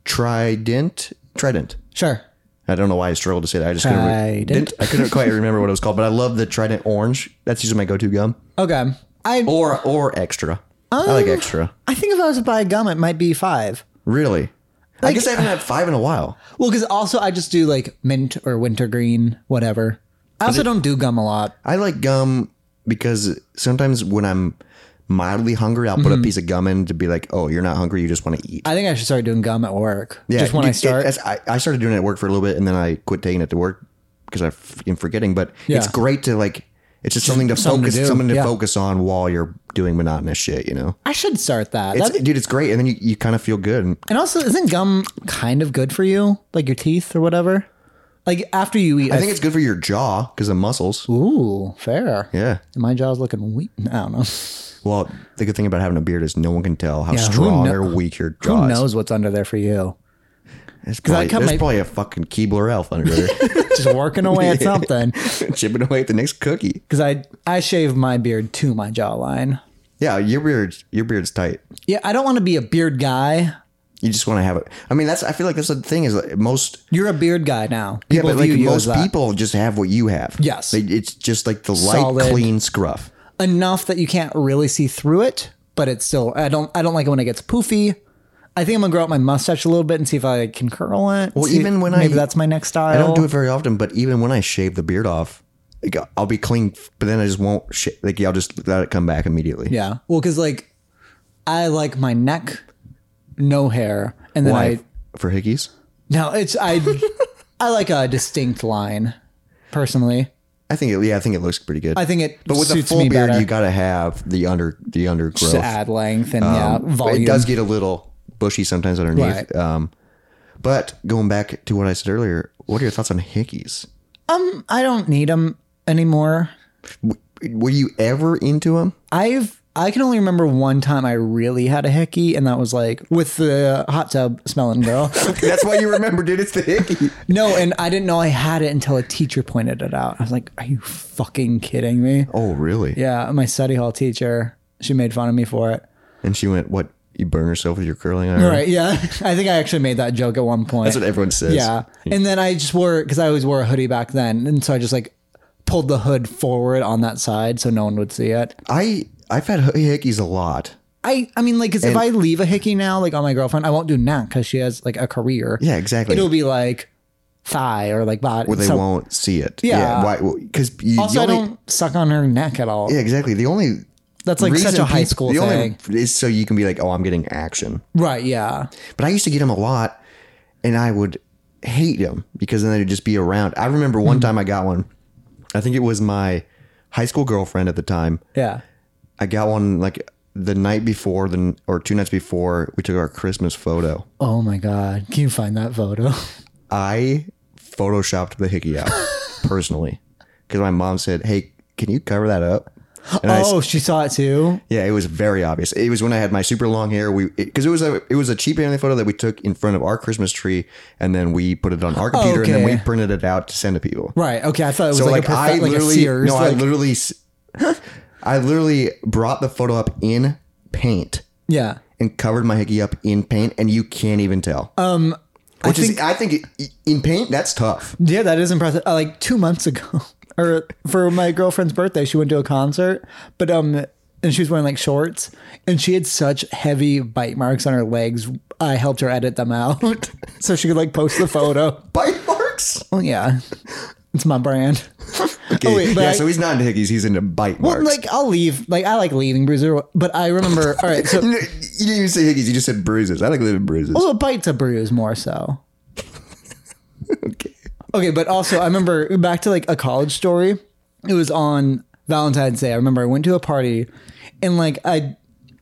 A: Trident. Trident.
B: Sure.
A: I don't know why I struggled to say that. I just couldn't, re-
B: Trident.
A: didn't- I couldn't quite remember what it was called, but I love the Trident Orange. That's usually my go-to gum,
B: Okay. I
A: or or extra. I
B: Oh.
A: like extra.
B: I think if I was to buy a gum, it might be five.
A: Really, I guess I haven't had five in a while.
B: Well, because also I just do like mint or wintergreen, whatever. I also don't do gum a lot.
A: I like gum because sometimes when I'm mildly hungry, I'll put a piece of gum in to be like, "Oh, you're not hungry. You just want to eat."
B: Mm-hmm. I think I should start doing gum at work.
A: Yeah,
B: just when
A: it-
B: I start.
A: it- as I, I started doing it at work for a little bit, and then I quit taking it to work because I'm freaking forgetting. But it's
B: Yeah.
A: great to like. It's just something to
B: something to
A: focus,
B: do,
A: something to
B: yeah.
A: focus on while you're doing monotonous shit. You know,
B: I should start that.
A: it's,
B: That'd be-
A: dude, it's great, and then you, you kind of feel good. And
B: and also, isn't gum kind of good for you, like your teeth or whatever? Like after you eat,
A: I think it's good for your jaw because the muscles.
B: ooh, fair.
A: Yeah.
B: My jaw's looking weak. I don't know.
A: Well, the good thing about having a beard is no one can tell how
B: who
A: strong
B: kno-
A: or weak your
B: Who
A: jaw is.
B: knows what's under there for you?
A: It's probably,
B: cut
A: there's
B: my-
A: probably a fucking Keebler elf under there,
B: Just working away at something.
A: chipping away at the next cookie.
B: Because I I shave my beard to my jawline.
A: Yeah, your beard, your beard's tight.
B: Yeah, I don't want to be a beard guy.
A: You just want to have it. I mean, that's. I feel like that's the thing is like most.
B: You're a beard guy now.
A: Yeah,
B: People
A: but like
B: view you as
A: most
B: that.
A: people just have what you have.
B: Yes.
A: They- it's just like the light,
B: Solid.
A: clean scruff.
B: enough that you can't really see through it, but it's still I don't I don't like it when it gets poofy. I think I'm gonna grow out my mustache a little bit and see if I can curl it. Well,
A: even when I-
B: maybe that's my next style.
A: I don't do it very often, but even when I shave the beard off, like, I'll be clean, but then I just won't. Sh- like I'll just let it come back immediately.
B: Yeah, well, because like I like my neck, no hair, and then
A: Why?
B: I
A: For hickeys.
B: no, it's I I like a distinct line personally.
A: I think it, yeah, I think it looks pretty good.
B: I think it
A: but with the
B: suits
A: full
B: me
A: beard,
B: better.
A: you gotta have the under the undergrowth.
B: to add length and yeah,
A: Um, But
B: volume.
A: It does get a little bushy sometimes underneath.
B: Right.
A: Um, but going back to what I said earlier, what are your thoughts on hickeys?
B: um, I don't need them anymore.
A: Were you ever into them?
B: I've I can only remember one time I really had a hickey, and that was like with the hot tub smelling girl.
A: That's why you remember, dude. It's the hickey.
B: no, and I didn't know I had it until a teacher pointed it out. I was like, "Are you fucking kidding me?"
A: Oh, really?
B: Yeah, my study hall teacher, she made fun of me for it.
A: And she went, "What? You burn yourself with your curling iron?"
B: All right? Yeah, I think I actually made that joke at one point.
A: That's what everyone says.
B: Yeah. And then I just wore because I always wore a hoodie back then, and so I just like pulled the hood forward on that side so no one would see it.
A: I I've had hi- hickeys a lot.
B: I I mean like 'cause if I leave a hickey now like on my girlfriend, I won't do now because she has like a career.
A: Yeah, exactly.
B: It'll be like thigh or like body.
A: Where they
B: So-
A: won't see it.
B: Yeah.
A: Why? Because you
B: also,
A: the
B: I
A: only-
B: don't suck on her neck at all.
A: Yeah, exactly. The only
B: That's like such
A: reason
B: a high
A: peop-
B: school
A: the
B: thing,
A: Only, is so you can be like, "Oh, I'm getting action."
B: right? Yeah,
A: But I used to get them a lot, and I would hate them because then they'd just be around. I remember one time I got one. I think it was my high school girlfriend at the time.
B: yeah.
A: I got one like the night before, the or two nights before we took our Christmas photo.
B: Oh my god, can you find that photo?
A: I photoshopped the hickey out personally because my mom said, "Hey, can you cover that up?" And I s-
B: oh, she saw it too.
A: yeah, it was very obvious. It was when I had my super long hair. We because it, was a it was a cheap family photo that we took in front of our Christmas tree, and then we put it on our computer, and
B: Oh, Okay.
A: then we printed it out to send to people.
B: Right? Okay, I thought it was
A: So
B: like,
A: like,
B: a prof-
A: I
B: like a
A: literally
B: Sears.
A: no, I
B: like-
A: literally s- I literally brought the photo up in paint
B: yeah.
A: and covered my hickey up in paint, and you can't even tell. Um, which is I think i- in paint that's tough.
B: Yeah, that is impressive. Uh, like two months ago, or for my girlfriend's birthday, she went to a concert, but um, and she was wearing like shorts, and she had such heavy bite marks on her legs. I helped her edit them out so she could like post the photo.
A: Bite marks.
B: Well, yeah, it's my brand.
A: Okay.
B: Oh, wait, but
A: yeah,
B: I-
A: so he's not into hickeys; he's into bite marks.
B: Like I'll leave. Like I like leaving bruiser, but I remember. All right, so
A: you didn't even say hickeys; you just said bruises. I like living bruises.
B: also a bite's a bruise more so.
A: Okay.
B: Okay, but also I remember back to like a college story. It was on Valentine's Day. I remember I went to a party and like I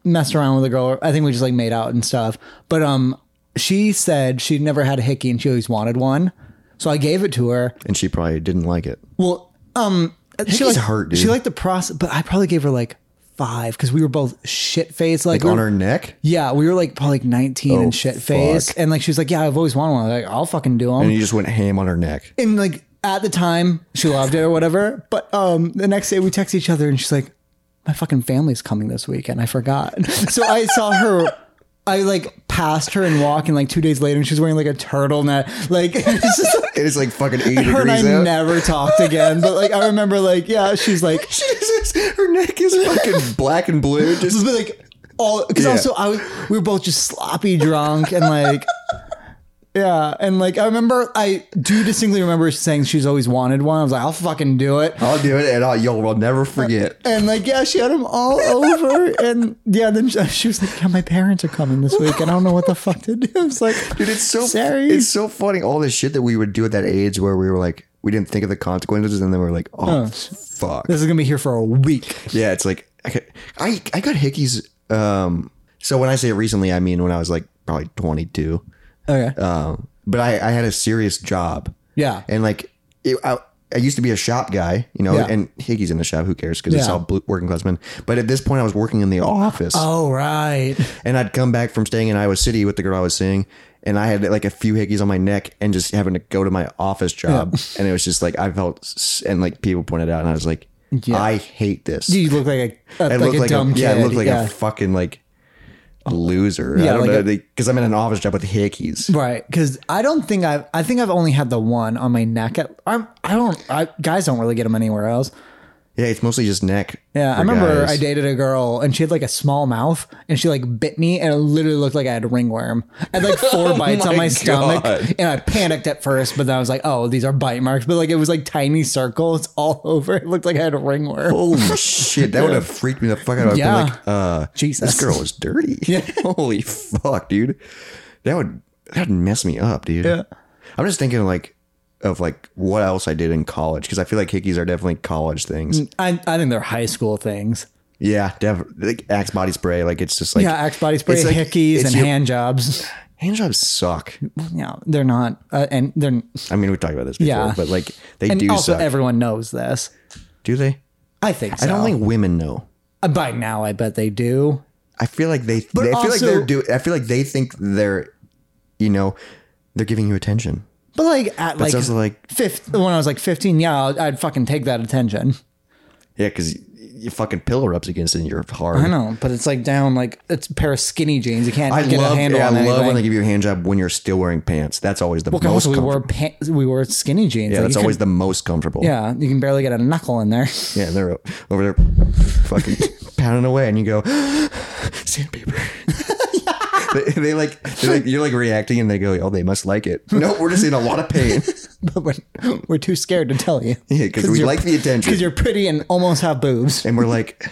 B: messed around with a girl. I think we just like made out and stuff. But um she said she'd never had a hickey and she always wanted one. So I gave it to her.
A: and she probably didn't like it.
B: Well, um she
A: Hickeys
B: like
A: hurt, dude.
B: she liked the process, but I probably gave her like 5 cuz we were both shit faced like, we
A: on
B: were-
A: her neck,
B: Yeah, we were like probably like 19
A: Oh,
B: and shit faced
A: fuck.
B: and like she was like, "Yeah, I've always wanted one." I was like, "I'll fucking do them."
A: and you just went ham on her neck.
B: and like at the time she loved it or whatever but um the next day we text each other and she's like my fucking family's coming this weekend i forgot so i saw her I like passed her and walked, and like two days later, and she's wearing like a turtleneck. Like it's just like.
A: It is like fucking 80
B: Her and I
A: degrees out.
B: never talked again, but like I remember, like yeah, she's like
A: Jesus, her neck is fucking black and blue. Just
B: just be like all because
A: Yeah.
B: also I was we were both just sloppy drunk and like yeah and like I remember I do distinctly remember saying she's always wanted one. I was like I'll fucking do it.
A: I'll do it, and I'll, y'all will never forget.
B: And like yeah, she had him all over, and yeah, then she, she was like, "Yeah, my parents are coming this week, and I don't know what the fuck to do." I was like,
A: Dude, it's so
B: Sorry.
A: it's so funny all this shit that we would do at that age where we were like we didn't think of the consequences, and then we were like, oh fuck,
B: "This is gonna be here for a week."
A: yeah. It's like I got, I, I got hickeys. Um, so when I say recently, I mean when I was like probably twenty two.
B: Okay,
A: Um, but I, I had a serious job.
B: yeah,
A: And like, it, I, I used to be a shop guy, you know,
B: Yeah.
A: and Higgy's in the shop. Who cares? Because it's
B: Yeah. Oh.
A: all blue, working class men. But at this point, I was working in the office,
B: all right,
A: and I'd come back from staying in Iowa City with the girl I was seeing, and I had like a few hickeys on my neck, and just having to go to my office job, and it was just like I felt, s- and like people pointed out, and I was like, I hate this.
B: you look like a, a
A: I
B: like a dumb kid.
A: yeah, I look like
B: yeah. Oh.
A: a fucking like loser.
B: Yeah,
A: I don't
B: like a-
A: know because I'm in an office job with hickeys.
B: Right, because I don't think I've. I think I've only had the one on my neck. At, I'm. I don't. I, guys don't really get them anywhere else.
A: Yeah, it's mostly just neck.
B: Yeah, I
A: for
B: remember
A: guys.
B: I dated a girl and she had like a small mouth and she like bit me and it literally looked like I had ringworm. I had like four bites on
A: Oh my
B: my stomach
A: God.
B: and I panicked at first, but then I was like, oh, these are bite marks. But like it was like tiny circles all over. It looked like I had a ringworm.
A: Holy shit, that would have freaked me the fuck out. I'd
B: Yeah.
A: yeah. been like, uh,
B: Jesus.
A: this girl is dirty. Holy fuck, dude. That would that would mess me up, dude.
B: Yeah.
A: I'm just thinking like of like what else I did in college because I feel like hickeys are definitely college things.
B: I, I think they're high school things.
A: Yeah, def- like Axe body spray. Like it's just like
B: Yeah, axe body spray,
A: it's like-
B: hickeys,
A: it's
B: and
A: your-
B: hand jobs.
A: hand jobs suck.
B: Yeah, they're not. Uh, and they're.
A: I mean, we talked about this before,
B: Yeah.
A: but like they
B: And
A: do
B: also,
A: suck.
B: everyone knows this.
A: do they?
B: I think so.
A: I don't think women know.
B: Uh, by now, I bet they do.
A: I feel like they. I feel like
B: also-
A: they're do. I feel like they think they're, you know, they're giving you attention.
B: But like at like,
A: also, like-
B: fifth when I was like fifteen, yeah, I'd, I'd fucking take that attention.
A: Yeah, because your fucking pillar ups against it and you're hard.
B: I know, but it's like down like it's a pair of skinny jeans. You can't
A: I
B: get
A: love,
B: a handle
A: yeah,
B: on
A: I
B: anything.
A: love when they give you a hand job when you're still wearing pants. That's always the
B: God,
A: most
B: also, we
A: comfortable.
B: wore pants, we wore skinny jeans.
A: yeah,
B: Like,
A: that's
B: you
A: always the most comfortable.
B: could- yeah, you can barely get a knuckle in there.
A: Yeah, they're o- over there fucking pounding away and you go, sandpaper. they, they like, they're like, you're like reacting and they go, oh, they must like it. No, we're just in a lot of pain.
B: but we're, we're too scared to tell you.
A: Yeah, because we
B: you're-
A: like the attention.
B: Because you're pretty and almost have boobs.
A: and we're like,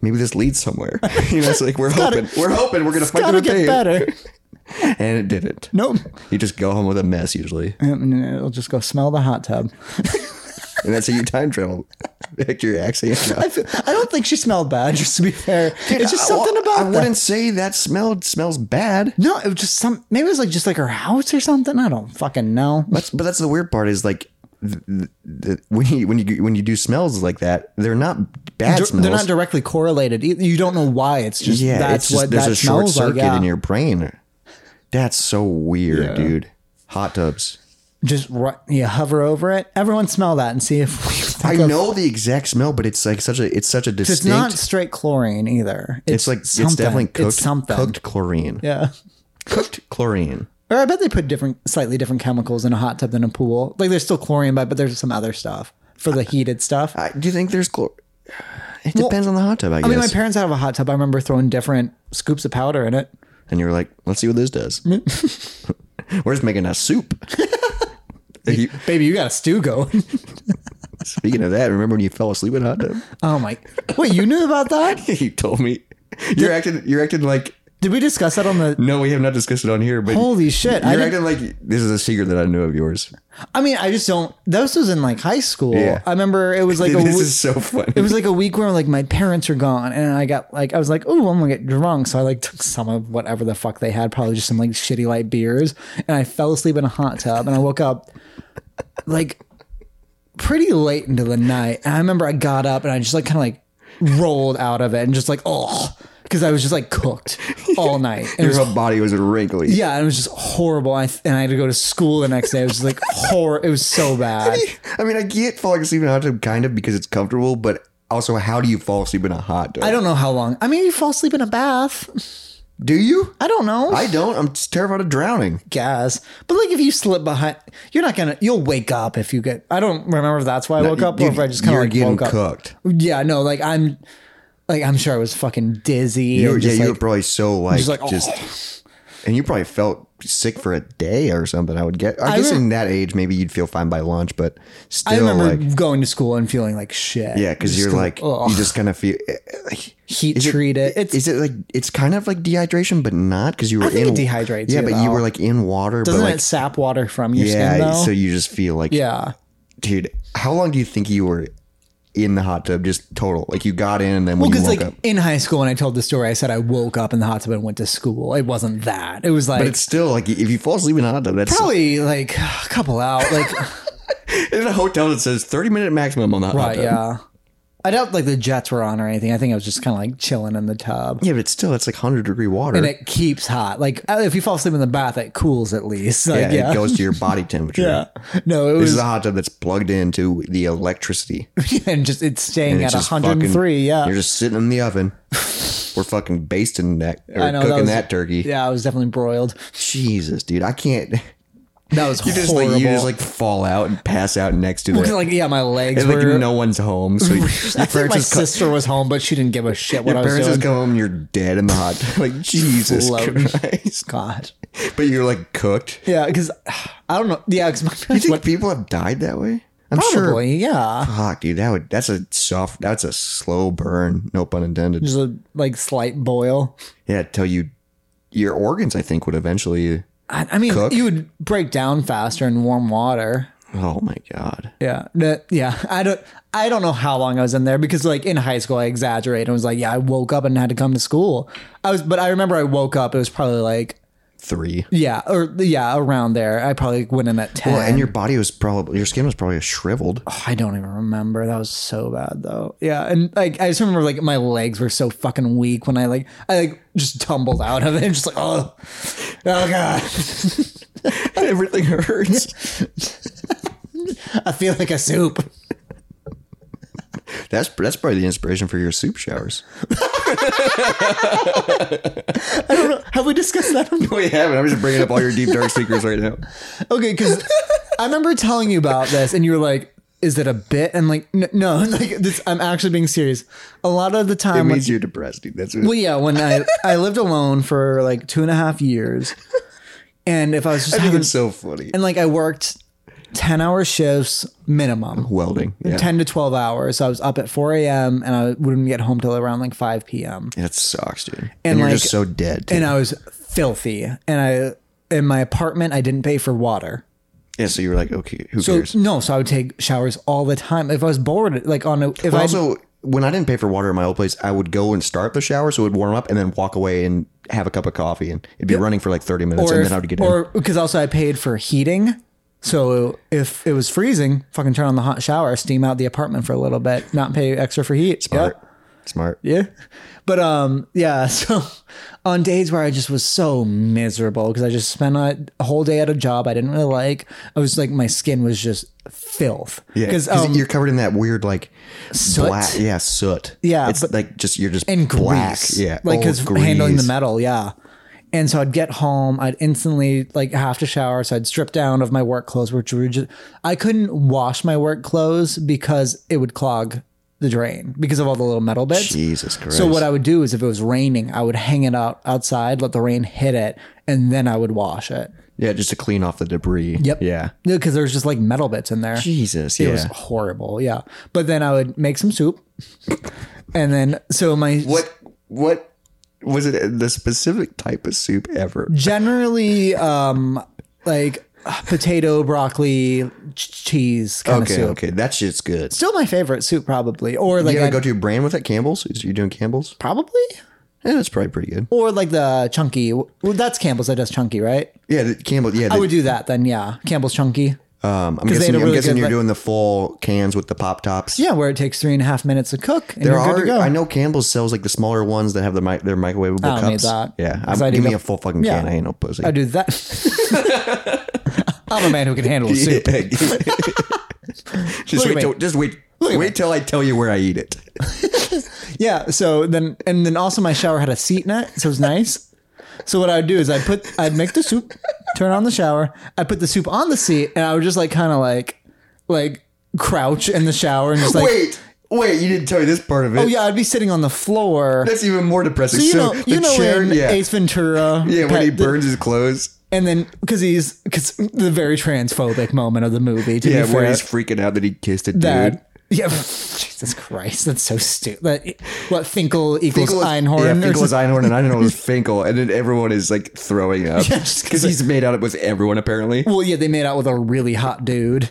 A: maybe this leads somewhere. You know, it's like we're
B: gotta-
A: hoping, we're hoping we're gonna fight through
B: Gotta
A: the
B: get
A: pain,
B: better.
A: and it didn't.
B: Nope.
A: You just go home with a mess usually.
B: Um, It'll just go smell the hot tub.
A: and that's how you time travel. Victor your
B: I, feel, I don't think she smelled bad. Just to be fair, it's just something about
A: I
B: that.
A: wouldn't say that smelled smells bad.
B: No, it was just some. Maybe it was like just like her house or something. I don't fucking know.
A: That's but that's the weird part is like th the, when you when you when you do smells like that, they're not bad smells.
B: They're not directly correlated. e- You don't know why. It's just
A: yeah,
B: that's
A: it's just
B: what
A: there's
B: that
A: a short
B: smells like.
A: circuit
B: Yeah.
A: in your brain. That's so weird,
B: Yeah.
A: dude. Hot tubs.
B: just ru- you hover over it. Everyone smell that and see if we think
A: I
B: of-
A: know the exact smell, but it's like such a it's such a distinct.
B: It's not straight chlorine either.
A: it's
B: It's,
A: like
B: something.
A: it's definitely cooked
B: It's something.
A: cooked chlorine.
B: Yeah.
A: Cooked chlorine.
B: Or I bet they put different, slightly different chemicals in a hot tub than a pool. Like there's still chlorine, but but there's some other stuff for the heated stuff.
A: I, do you think there's chlor? It depends on the hot tub, I guess.
B: I mean, my parents have a hot tub. I remember throwing different scoops of powder in it.
A: and you were like, "Let's see what this does." we're just making a soup. If you-
B: Baby, you got a stew going.
A: speaking of that, remember when you fell asleep in hot tub?
B: Oh my! Wait, you knew about that?
A: you told me you're acting. You're acting like
B: Did we discuss that on the?
A: no, we have not discussed it on here. But
B: Holy shit! I,
A: you're
B: didn't-
A: acting like this is a secret that I knew of yours.
B: I mean, I just don't. This was in like high school.
A: Yeah.
B: I remember it was like a.
A: this
B: wee-
A: is so funny.
B: it was like a week where like my parents are gone and I got like I was like oh I'm gonna get drunk so I like took some of whatever the fuck they had probably just some like shitty light beers and I fell asleep in a hot tub and I woke up like pretty late into the night and I remember I got up and I just like kind of like rolled out of it and just like oh because I was just like cooked all night and it
A: your
B: was
A: whole body was wrinkly.
B: Yeah, and it was just horrible. I th- and I had to go to school the next day. It was just like horror. It was so bad.
A: I mean, I get falling asleep in a hot tub kind of because it's comfortable, but also, how do you fall asleep in a hot tub?
B: I don't know how long. I mean, you fall asleep in a bath.
A: Do you?
B: I don't know.
A: I don't. I'm just terrified of drowning.
B: guess. But like if you slip behind, you're not gonna. You'll wake up if you get. I don't remember if that's why I woke up or if I just kind
A: you're
B: of like
A: getting
B: woke up.
A: cooked.
B: Yeah, no, like I'm, like I'm sure I was fucking dizzy.
A: You were,
B: and
A: yeah,
B: just
A: you were
B: like,
A: probably so like just,
B: just like, oh.
A: and you probably felt sick for a day or something. I would get. I,
B: I
A: guess
B: rem-
A: in that age, maybe you'd feel fine by lunch, but still,
B: I remember
A: like
B: going to school and feeling like shit.
A: yeah, because
B: Just
A: you're
B: going,
A: like
B: ugh,
A: you just kind of feel. eh, Like,
B: heat
A: is it-
B: treat it. It's
A: is it like it's kind of like dehydration, but not because you were
B: think
A: in
B: it dehydrates
A: Yeah,
B: you,
A: but you
B: though.
A: were like in water,
B: doesn't
A: but like
B: it sap water from your skin
A: yeah,
B: though?
A: so you just feel like
B: yeah,
A: dude. How long do you think you were in the hot tub? Just total, like you got in and then when you
B: because
A: woke
B: like
A: up.
B: in high school, when I told the story, I said I woke up in the hot tub and went to school. It wasn't that. It was
A: But
B: like
A: it's still like if you fall asleep in a hot tub, that's
B: probably like a couple out. Like
A: in a hotel that says thirty minute maximum on the hot
B: Right,
A: tub.
B: yeah. I doubt like the jets were on or anything. I think I was just kind of like chilling in the tub.
A: Yeah, but still, it's like hundred degree water.
B: And it keeps hot. Like uh, if you fall asleep in the bath, it cools at least. Like,
A: yeah,
B: yeah,
A: it goes to your body temperature.
B: yeah. No, it
A: This
B: was
A: is a hot tub that's plugged into the electricity.
B: and just it's staying
A: It's
B: at
A: just
B: 103.
A: fucking-
B: yeah,
A: You're just sitting in the oven. We're fucking basting that or
B: I know, that
A: cooking that,
B: was-
A: turkey.
B: yeah. I was definitely broiled.
A: Jesus, dude, I can't.
B: That was
A: You just
B: horrible.
A: like you just like fall out and pass out next to
B: Because,
A: the.
B: like, yeah, my legs
A: And
B: were.
A: like no one's home, so your
B: I think
A: parents
B: my
A: just co-
B: sister was home, but she didn't give a shit what I
A: your
B: was
A: parents
B: doing.
A: just come home and you're dead in the hot tub. Like Jesus
B: Floating.
A: Christ!
B: God,
A: But you're like cooked.
B: yeah, because I don't know. Yeah, because my
A: You
B: parents
A: think
B: went
A: people have died that way? I'm sure
B: probably yeah,
A: Fuck, dude, that would that's a soft, that's a slow burn. No pun intended.
B: just a like slight boil.
A: Yeah, till you, your organs, I think, would eventually.
B: I, I mean,
A: Cook?
B: you would break down faster in warm water.
A: Oh my god.
B: Yeah, N- yeah. I don't, I don't know how long I was in there because, like, in high school, I exaggerated. I was like, yeah, I woke up and had to come to school. I was, but I remember I woke up. It was probably like,
A: Three.
B: yeah, or yeah, around there. I probably went in at ten.
A: Well, and your body was probably, your skin was probably shriveled.
B: Oh, I don't even remember. That was so bad though. Yeah, and like I just remember like my legs were so fucking weak when I like I like just tumbled out of it and just like oh, oh god.
A: Everything hurts.
B: I feel like a soup.
A: That's that's probably the inspiration for your soup showers.
B: Have we discussed that? on
A: No, you haven't. I'm just bringing up all your deep dark secrets right now.
B: Okay, because I remember telling you about this, and you were like, "Is it a bit?" And like, "N- no, like this, I'm actually being serious. A lot of the
A: It
B: time, when,
A: means you're depressed, dude. That's what.
B: well, yeah, when I I lived alone for like two and a half years, and if I was just
A: I think
B: having,
A: it's so funny.
B: and like I worked ten hour shifts minimum.
A: Welding. Yeah.
B: 10 to 12 hours. So I was up at 4 a.m. and I wouldn't get home till around like 5 p.m.
A: That sucks, dude. And, you're
B: like-
A: just so dead. Too.
B: And I was filthy. And I, in my apartment, I didn't pay for water.
A: yeah. So you were like, okay, who
B: So
A: cares?
B: no, so I would take showers all the time. If I was bored, like on a, if
A: But
B: I
A: also, when I didn't pay for water at my old place, I would go and start the shower so it would warm up and then walk away and have a cup of coffee and it'd be running for like 30 minutes
B: or
A: and
B: if-
A: then I would get in.
B: or because also I paid for heating. So if it was freezing, fucking turn on the hot shower, steam out the apartment for a little bit, not pay extra for heat.
A: Smart. Smart.
B: Yeah. But um yeah, so on days where I just was so miserable because I just spent a, a whole day at a job I didn't really like. I was like my skin was just filth.
A: Yeah.
B: Cuz
A: Because
B: um,
A: you're covered in that weird like
B: Soot?
A: black. Yeah, soot.
B: Yeah,
A: It's
B: but-
A: like just, you're just
B: and
A: black.
B: grease.
A: Yeah.
B: Like
A: Oh,
B: cuz handling the
A: grease.
B: metal, yeah. And so I'd get home, I'd instantly like have to shower, so I'd strip down of my work clothes which were just I couldn't wash my work clothes because it would clog the drain because of all the little metal bits.
A: Jesus Christ.
B: So what I would do is if it was raining, I would hang it out outside, let the rain hit it, and then I would wash it.
A: yeah, just to clean off the debris.
B: Yep.
A: Yeah.
B: Because there was just like metal bits in there.
A: Jesus.
B: It
A: Yeah.
B: was horrible. Yeah. But then I would make some soup. And then so my
A: what, what was it? The specific type of soup ever?
B: generally um like potato, broccoli, ch- cheese kind
A: Okay.
B: of soup.
A: Okay. That shit's good.
B: Still my favorite soup probably. Or like
A: You
B: I,
A: gonna go to a brand with it? Campbell's? Is you doing Campbell's?
B: probably
A: Yeah, that's probably pretty good.
B: or like the chunky. Well, that's Campbell's that does chunky, right?
A: Yeah, the Campbell. Yeah,
B: I
A: the-
B: would do that then, yeah. Campbell's chunky.
A: um, I'm
B: they
A: guessing,
B: had a
A: I'm
B: really
A: guessing
B: good,
A: you're
B: like-
A: doing the full cans with the pop tops.
B: Yeah, where it takes three and a half minutes to cook, and
A: there
B: you're good to
A: are.
B: go.
A: I know Campbell's sells like the smaller ones that have the mi- their microwavable
B: I don't need
A: cups.
B: that.
A: Yeah,
B: 'Cause
A: I'm,
B: I do
A: give me
B: the-
A: a full fucking
B: Yeah.
A: can. I ain't no pussy.
B: I do that. I'm a man who can handle soup.
A: Yeah. just
B: at
A: wait
B: me.
A: till just wait wait till I tell you where I eat it.
B: Yeah. So then, and then also my shower had a seat in it, so it was nice. So what I would do is I'd put I'd make the soup, turn on the shower, I'd put the soup on the seat, and I would just like kind of like like crouch in the shower and just like
A: wait, wait, you didn't tell me this part of it.
B: oh yeah, I'd be sitting on the floor.
A: That's even more depressing.
B: So you
A: So
B: know
A: the
B: you know
A: chair,
B: in
A: yeah,
B: Ace Ventura
A: yeah, when he
B: Pet-
A: burns his clothes,
B: and then because he's because the very transphobic moment of the movie to
A: yeah,
B: be
A: where
B: fair
A: he's freaking out that he kissed a
B: that.
A: dude.
B: Yeah, Jesus Christ, that's so stupid. That- What Finkel equals
A: Finkel is-
B: Einhorn?
A: yeah,
B: or
A: Finkel is
B: something?
A: Einhorn, and I don't know it was Finkel, and then everyone is like throwing up
B: Yeah, just 'cause
A: because he's made out with everyone apparently.
B: Well, yeah, they made out with a really hot dude.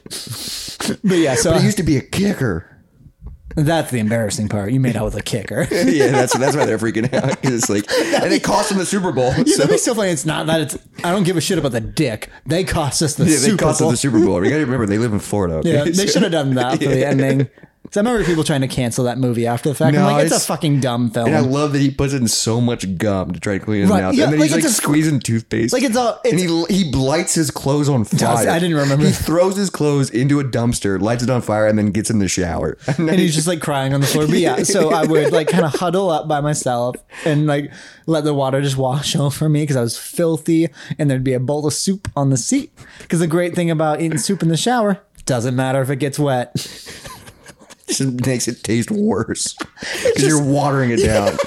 B: But yeah, so
A: But he used to be a kicker.
B: that's the embarrassing part. You made out with a kicker.
A: yeah, that's that's why they're freaking out because it's like, and it cost him the Super Bowl.
B: Yeah,
A: so
B: that'd be so funny. It's not that it's. I don't give a shit about the dick. They cost us the
A: yeah, they
B: Super
A: cost him
B: Bowl.
A: the Super Bowl. You got to remember they live in Florida. okay?
B: yeah, they
A: So-
B: should have done that for the ending. So I remember people trying to cancel that movie after the fact.
A: No,
B: I'm like, it's,
A: it's-
B: a fucking dumb film.
A: And I love that he puts in so much gum to try to clean his
B: Right,
A: mouth,
B: yeah,
A: and then he's
B: like
A: like
B: it's a-
A: squeezing toothpaste.
B: like it's a.
A: and
B: It's,
A: he he lights his clothes on fire.
B: I didn't remember.
A: He throws his clothes into a dumpster, lights it on fire, and then gets in the shower. And then
B: and he's just like crying on the floor. But yeah, so I would like kind of huddle up by myself and like let the water just wash over me because I was filthy, and there'd be a bowl of soup on the seat. Because the great thing about eating soup in the shower doesn't matter if it gets wet.
A: just makes it taste worse because you're watering it down.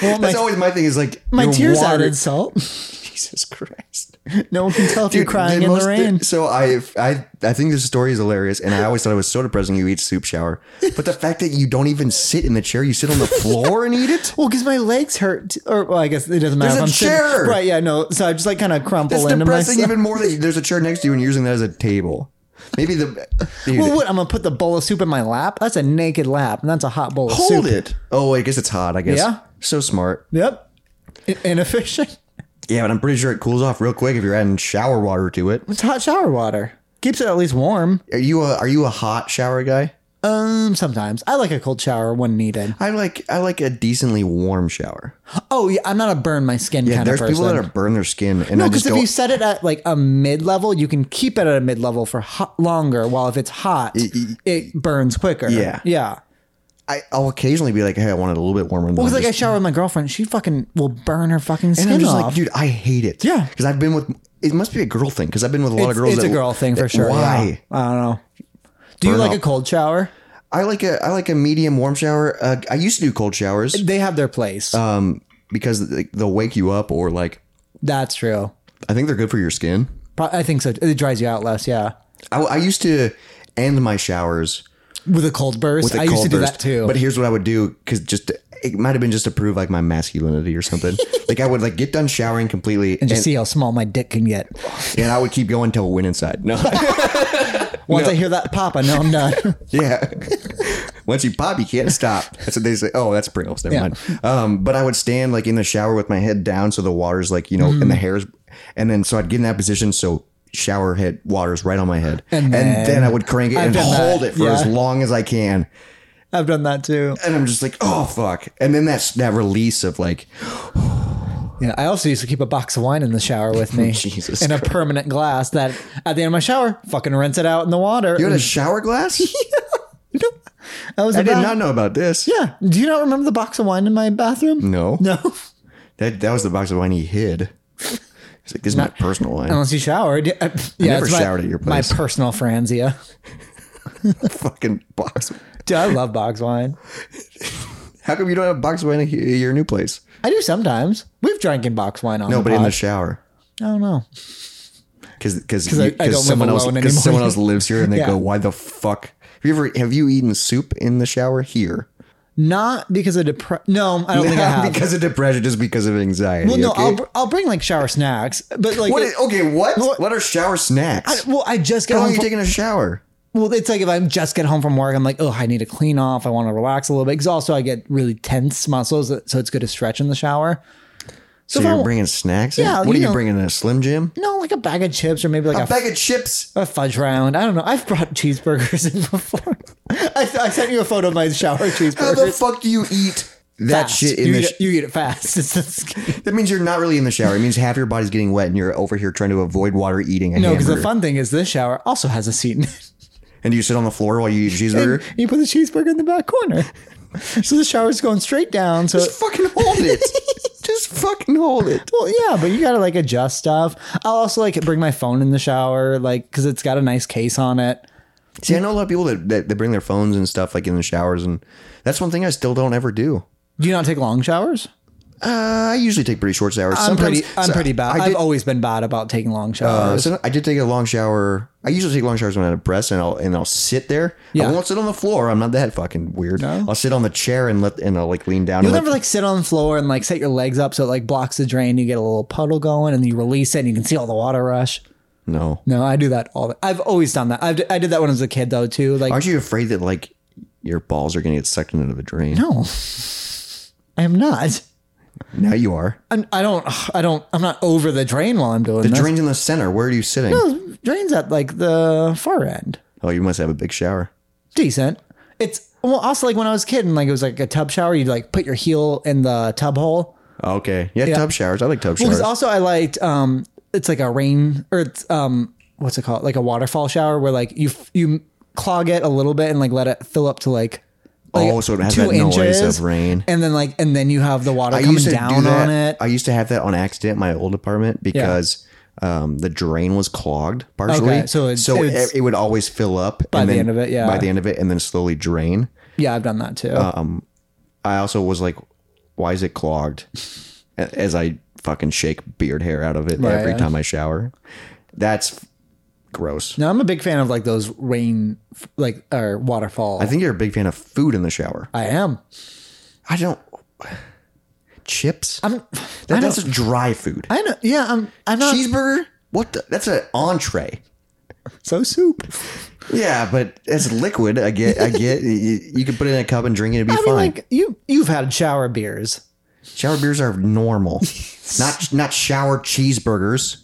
B: Well,
A: That's
B: my,
A: always my thing. Is like
B: my
A: you're
B: tears
A: watering-
B: added salt.
A: Jesus Christ.
B: No one can tell if you're crying in
A: most-
B: the rain.
A: So I, I, I think this story is hilarious, and I always thought it was so depressing. You eat soup shower, but the fact that you don't even sit in the chair, you sit on the floor and eat it.
B: Well, because my legs hurt, t- or well, I guess it doesn't matter.
A: There's
B: if
A: a
B: I'm sitting-
A: chair!
B: right? Yeah, no. So I just like kind of crumple
A: It's
B: into
A: depressing
B: myself.
A: even more that you- there's a chair next to you and you're using that as a table. Maybe the dude,
B: Well, what? I'm gonna put the bowl of soup in my lap. That's a naked lap, and that's a hot bowl of
A: hold
B: soup.
A: it. Oh, I guess it's hot. I guess.
B: Yeah.
A: So smart.
B: Yep. I- inefficient.
A: Yeah, but I'm pretty sure it cools off real quick if you're adding shower water to it.
B: It's hot shower water. Keeps it at least warm.
A: Are you a Are you a hot shower guy?
B: Um, sometimes I like a cold shower when needed.
A: I like I like a decently warm shower.
B: Oh, yeah, I'm not a burn my skin kind of
A: There's
B: person.
A: people that are burn their skin, and I
B: because
A: just
B: if
A: go.
B: you set it at like a mid level, you can keep it at a mid level for hot, longer. While if it's hot, it, burns quicker.
A: Yeah.
B: yeah.
A: I, I'll occasionally be like, hey, I want it a little bit warmer. Than
B: Because like I
A: this.
B: shower with my girlfriend, she fucking will burn her fucking skin
A: and I'm just
B: off.
A: like, dude, I hate it.
B: Yeah.
A: because I've been with. It must be a girl thing because I've been with a lot of
B: it's,
A: girls.
B: it's
A: that,
B: a girl thing for sure.
A: Why?
B: yeah. I don't know. Do you
A: Burn
B: like
A: off.
B: a cold shower?
A: I like a I like a medium warm shower. Uh, I used to do cold showers
B: They have their place.
A: um, because like, they'll wake you up, or like
B: That's true.
A: I think they're good for your skin.
B: Pro- I think so. It dries you out less. Yeah.
A: I, I used to end my showers
B: With a cold burst.
A: with a
B: I
A: cold
B: used to do
A: burst.
B: that too.
A: But here's what I would do because just it might have been just to prove like my masculinity or something. like I would like get done showering completely and,
B: just see how small my dick can get.
A: and I would keep going until went inside. No,
B: Once I hear that pop, I know I'm done.
A: yeah. Once you pop, you can't stop. That's what they say. Oh, that's Pringles. Never
B: Yeah.
A: mind. Um, but I would stand like in the shower with my head down, so the water's like you know, and
B: Mm-hmm.
A: the hairs, and then so I'd get in that position so shower head water's right on my head, and then, I would crank it and
B: done that.
A: hold it for as
B: Yeah.
A: long as I can.
B: I've done that too.
A: and I'm just like, oh fuck. And then that's that release of like,
B: Yeah. I also used to keep a box of wine in the shower with me.
A: Jesus
B: In a permanent glass that at the end of my shower, fucking rinse it out in the water.
A: you had a
B: And-
A: shower glass?
B: I was
A: I did
B: about-
A: not know about this.
B: Yeah. Do you not remember the box of wine in my bathroom?
A: No,
B: No.
A: that that was the box of wine he hid. He's like, this is not personal wine.
B: Unless you showered. Yeah, yeah,
A: never
B: it's my,
A: showered at your place.
B: My personal franzia.
A: Fucking box. of-
B: Dude, I love box wine.
A: How come you don't have box of wine at y- your new place?
B: I do sometimes. We've drank in box wine on
A: No,
B: the
A: but in the
B: pod.
A: shower.
B: I don't know.
A: Because because
B: I- I don't live
A: someone else
B: alone
A: because
B: anymore.
A: someone else lives here and they
B: Yeah.
A: go why the fuck have you ever have you eaten soup in the shower here
B: Not because of depression. No, I don't think I have.
A: because of depression just because of anxiety
B: well, no,
A: okay?
B: I'll, br- I'll bring like shower snacks, but like,
A: What
B: it-
A: is- okay what? what are shower snacks
B: well, I um, just get
A: how long
B: home.
A: are you
B: From,
A: taking a shower
B: well, it's like if I just get home from work, I'm like, oh, I need to clean off. I want to relax a little bit because also I get really tense muscles, so it's good to stretch in the shower.
A: So,
B: if I
A: you're
B: wa-
A: bringing snacks?
B: Yeah,
A: in? What
B: you
A: are you
B: know-
A: bringing in a Slim Jim?
B: No, like a bag of chips or maybe like a,
A: bag of chips.
B: a fudge round. I don't know. I've brought cheeseburgers in before. I, I sent you a photo of my shower
A: How the
B: cheeseburger.
A: fuck do you eat that shit in
B: you,
A: the?
B: eat
A: Sh-
B: it, you eat it fast. It's disgusting.
A: that means you're not really in the shower. It means half your body's getting wet, and you're over here trying to avoid water eating a
B: No, because
A: hamburger.
B: the fun thing is this shower also has a seat in it.
A: and you sit on the floor while you eat a cheeseburger.
B: You put the cheeseburger in the back corner. So the shower's going straight down. So
A: Just fucking hold it. Just fucking hold it.
B: Well, yeah, but you gotta like adjust stuff. I'll also like bring my phone in the shower, like because it's got a nice case on it.
A: See, I know a lot of people that, that, that bring their phones and stuff like in the showers, and that's one thing I still don't ever do.
B: Do you not take long showers?
A: Uh, I usually take pretty short showers.
B: I'm
A: Sometimes-
B: pretty. I'm
A: so
B: pretty bad.
A: I
B: I've
A: did,
B: always been bad about taking long
A: uh,
B: showers.
A: so I did take a long shower. I usually take long showers when I'm depressed, and I'll and I'll sit there.
B: Yeah.
A: I won't sit on the floor. I'm not that fucking weird.
B: No?
A: I'll sit on the chair and let and I'll like lean down.
B: You'll
A: and
B: never like sit on the floor and like set your legs up so it like blocks the drain. You get a little puddle going, and you release it, and you can see all the water rush.
A: like, no.
B: No, I do that all. The, I've always done that. I've, I did that when I was a kid though too. Like
A: Aren't you afraid that like your balls are gonna get sucked into the drain?
B: no, I am not.
A: Now you are.
B: I'm, I don't. I don't. I'm not over the drain while I'm doing
A: The
B: this.
A: drain's in the center. Where are you sitting?
B: The drain's at like the far end.
A: Oh, you must have a big shower.
B: Decent. It's well also like when I was a kid and like it was like a tub shower. You'd like put your heel in the tub hole.
A: Okay. Yeah, tub showers. I like tub
B: Because
A: showers.
B: also I liked um it's like a rain or it's um what's it called like a waterfall shower where like you f- you clog it a little bit and like let it fill up to like. like
A: Oh, so it has that noise of rain.
B: and then like, and then you have the water
A: I
B: coming
A: used to do
B: down
A: that.
B: on it.
A: I used to have that on accident in my old apartment because um, the drain was clogged partially.
B: Okay, so it's- it's-
A: it, it would always fill up by
B: the end of it, yeah.
A: By the end of it, and then slowly drain.
B: Yeah, I've done that too.
A: Um, I also was like, "Why is it clogged?" A- As I fucking shake beard hair out of it every
B: Right.
A: time I shower. That's f- gross.
B: now I'm a big fan of like those rain, f- like or waterfall.
A: I think you're a big fan of food in the shower.
B: I am.
A: I don't chips.
B: I'm.
A: That-
B: I
A: that's
B: don't,
A: a dry food.
B: I know. Yeah, I'm. I'm not.
A: Cheeseburger. What? The, that's an entree.
B: so soup.
A: Yeah, but it's liquid. I get. I get. you, you can put it in a cup and drink it. It'd be
B: I mean,
A: fine.
B: like you. You've had shower beers.
A: shower beers are normal. not not shower cheeseburgers.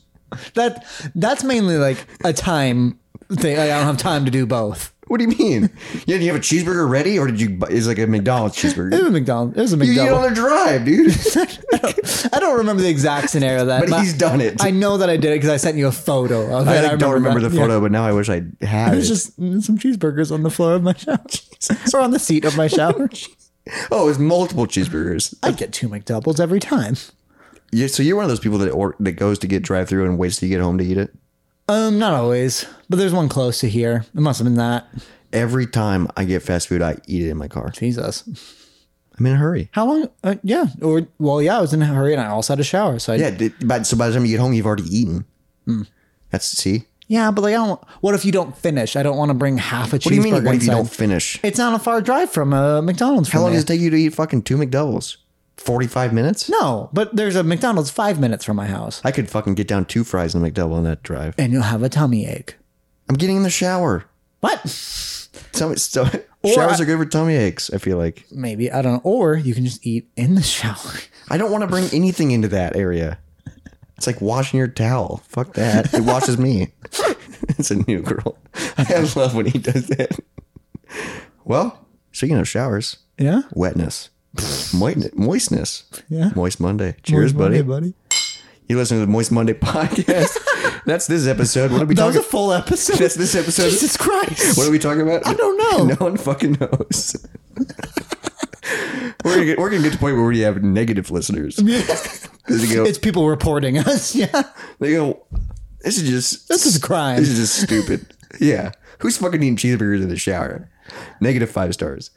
B: That that's mainly like a time thing. Like, I don't have time to do both.
A: What do you mean? Yeah, do you have a cheeseburger ready, or did you? bu- It's like a McDonald's cheeseburger.
B: It was McDonald's. It was a
A: You eat it
B: McDonald's.
A: on a drive, dude.
B: I don't remember the exact scenario that.
A: But he's done it.
B: I know that I did it because I sent you a photo of it.
A: I, like, don't remember
B: that.
A: the
B: Yeah.
A: photo, but now I wish I had. It
B: There's just some cheeseburgers on the floor of my shower, or on the seat of my shower.
A: oh, it's multiple cheeseburgers.
B: I get two McDoubles every time.
A: Yeah, so you're one of those people that or, that goes to get drive through and waits till you get home to eat it.
B: Um, not always, but there's one close to here. It must have been that.
A: Every time I get fast food, I eat it in my car.
B: Jesus.
A: I'm in a hurry.
B: How long? Uh, yeah. Or well, yeah. I was in a hurry and I also had a shower. So I,
A: Yeah, d- but so by the time you get home, you've already eaten.
B: Hmm.
A: That's see.
B: Yeah, but like, I don't. What if you don't finish? I don't want to bring half a cheeseburger.
A: What do you mean? What if you
B: inside.
A: don't finish?
B: It's not a far drive from a McDonald's.
A: How long does it take you to eat fucking two McDoubles? Forty-five minutes.
B: No, but there's a McDonald's five minutes from my house,
A: I could fucking get down two fries and a McDouble on that drive.
B: and you'll have a tummy ache.
A: I'm getting in the shower.
B: What?
A: Tummy, so, showers
B: I-
A: are good for tummy aches. I feel like
B: Maybe I don't. know. Or you can just eat in the shower.
A: I don't want to bring anything into that area. It's like washing your towel. Fuck that. It washes me. it's a new girl. I love when he does that. Well, speaking of showers,
B: Yeah.
A: wetness, Moist, moistness.
B: Yeah.
A: Moist Monday. Cheers, buddy.
B: Hey, buddy.
A: You listen to the Moist Monday podcast. That's this episode. What are we
B: That was
A: talking?
B: a full episode.
A: That's this episode.
B: Jesus Christ.
A: What are we talking about? I
B: don't know.
A: No one fucking knows. we're gonna get, we're gonna get to the point where we have negative listeners. They go,
B: It's people reporting us. Yeah.
A: they go. This is just
B: This is a crime.
A: This is just stupid. yeah, who's fucking eating cheeseburgers in the shower? Negative five stars.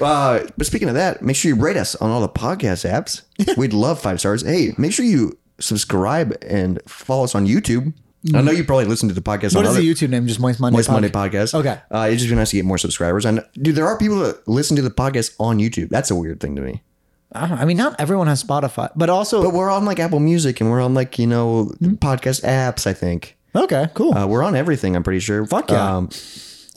A: Uh, but speaking of that, make sure you rate us on all the podcast apps. We'd love five stars. Hey, make sure you subscribe and follow us on YouTube. I know you probably listen to the podcast. on
B: What is
A: other,
B: the YouTube name? Just Moist Monday.
A: Moist
B: Pod?
A: Monday podcast.
B: Okay.
A: Uh, it'd just be nice to get more subscribers. And dude, there are people that listen to the podcast on YouTube. That's a weird thing to me.
B: I don't know. I mean, not everyone has Spotify, but also
A: But we're on like Apple Music and we're on like, you know,
B: Hmm.
A: podcast apps, I think.
B: okay, cool.
A: Uh, we're on everything, I'm pretty sure. Fuck
B: yeah.
A: Um,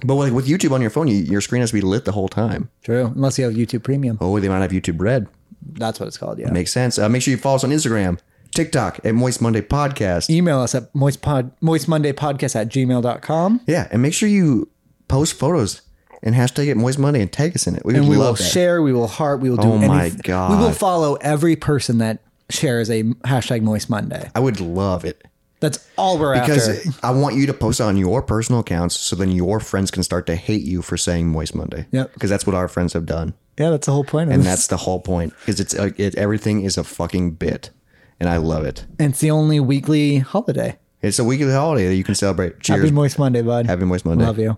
A: but like with YouTube on your phone, you, your screen has to be lit the whole time.
B: True, unless you have YouTube Premium.
A: Oh, they might have YouTube Red.
B: That's what it's called. Yeah.
A: Makes sense. Uh, make sure you follow us on Instagram, TikTok at Moist Monday Podcast.
B: Email us at moistpod moistmondaypodcast at gmail.com.
A: Yeah, and make sure you post photos and hashtag it Moist Monday and tag us in it. We would
B: And we will
A: love that.
B: share. We will heart. We will do.
A: Oh my
B: anyth-
A: God.
B: We will follow every person that shares a hashtag Moist Monday.
A: I would love it.
B: That's all we're after.
A: Because I want you to post it on your personal accounts so then your friends can start to hate you for saying Moist Monday.
B: Yep.
A: Because that's what our friends have done.
B: Yeah, that's the whole point of
A: and
B: this.
A: that's the whole point because it's uh, it, everything is a fucking bit, and I love it.
B: And it's the only weekly holiday.
A: It's a weekly holiday that you can celebrate. Cheers,
B: Happy Moist Monday, bud.
A: Happy Moist Monday.
B: Love you.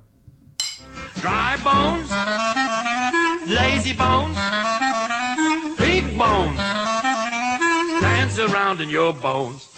C: Dry bones, lazy bones, big bones, dance around in your bones.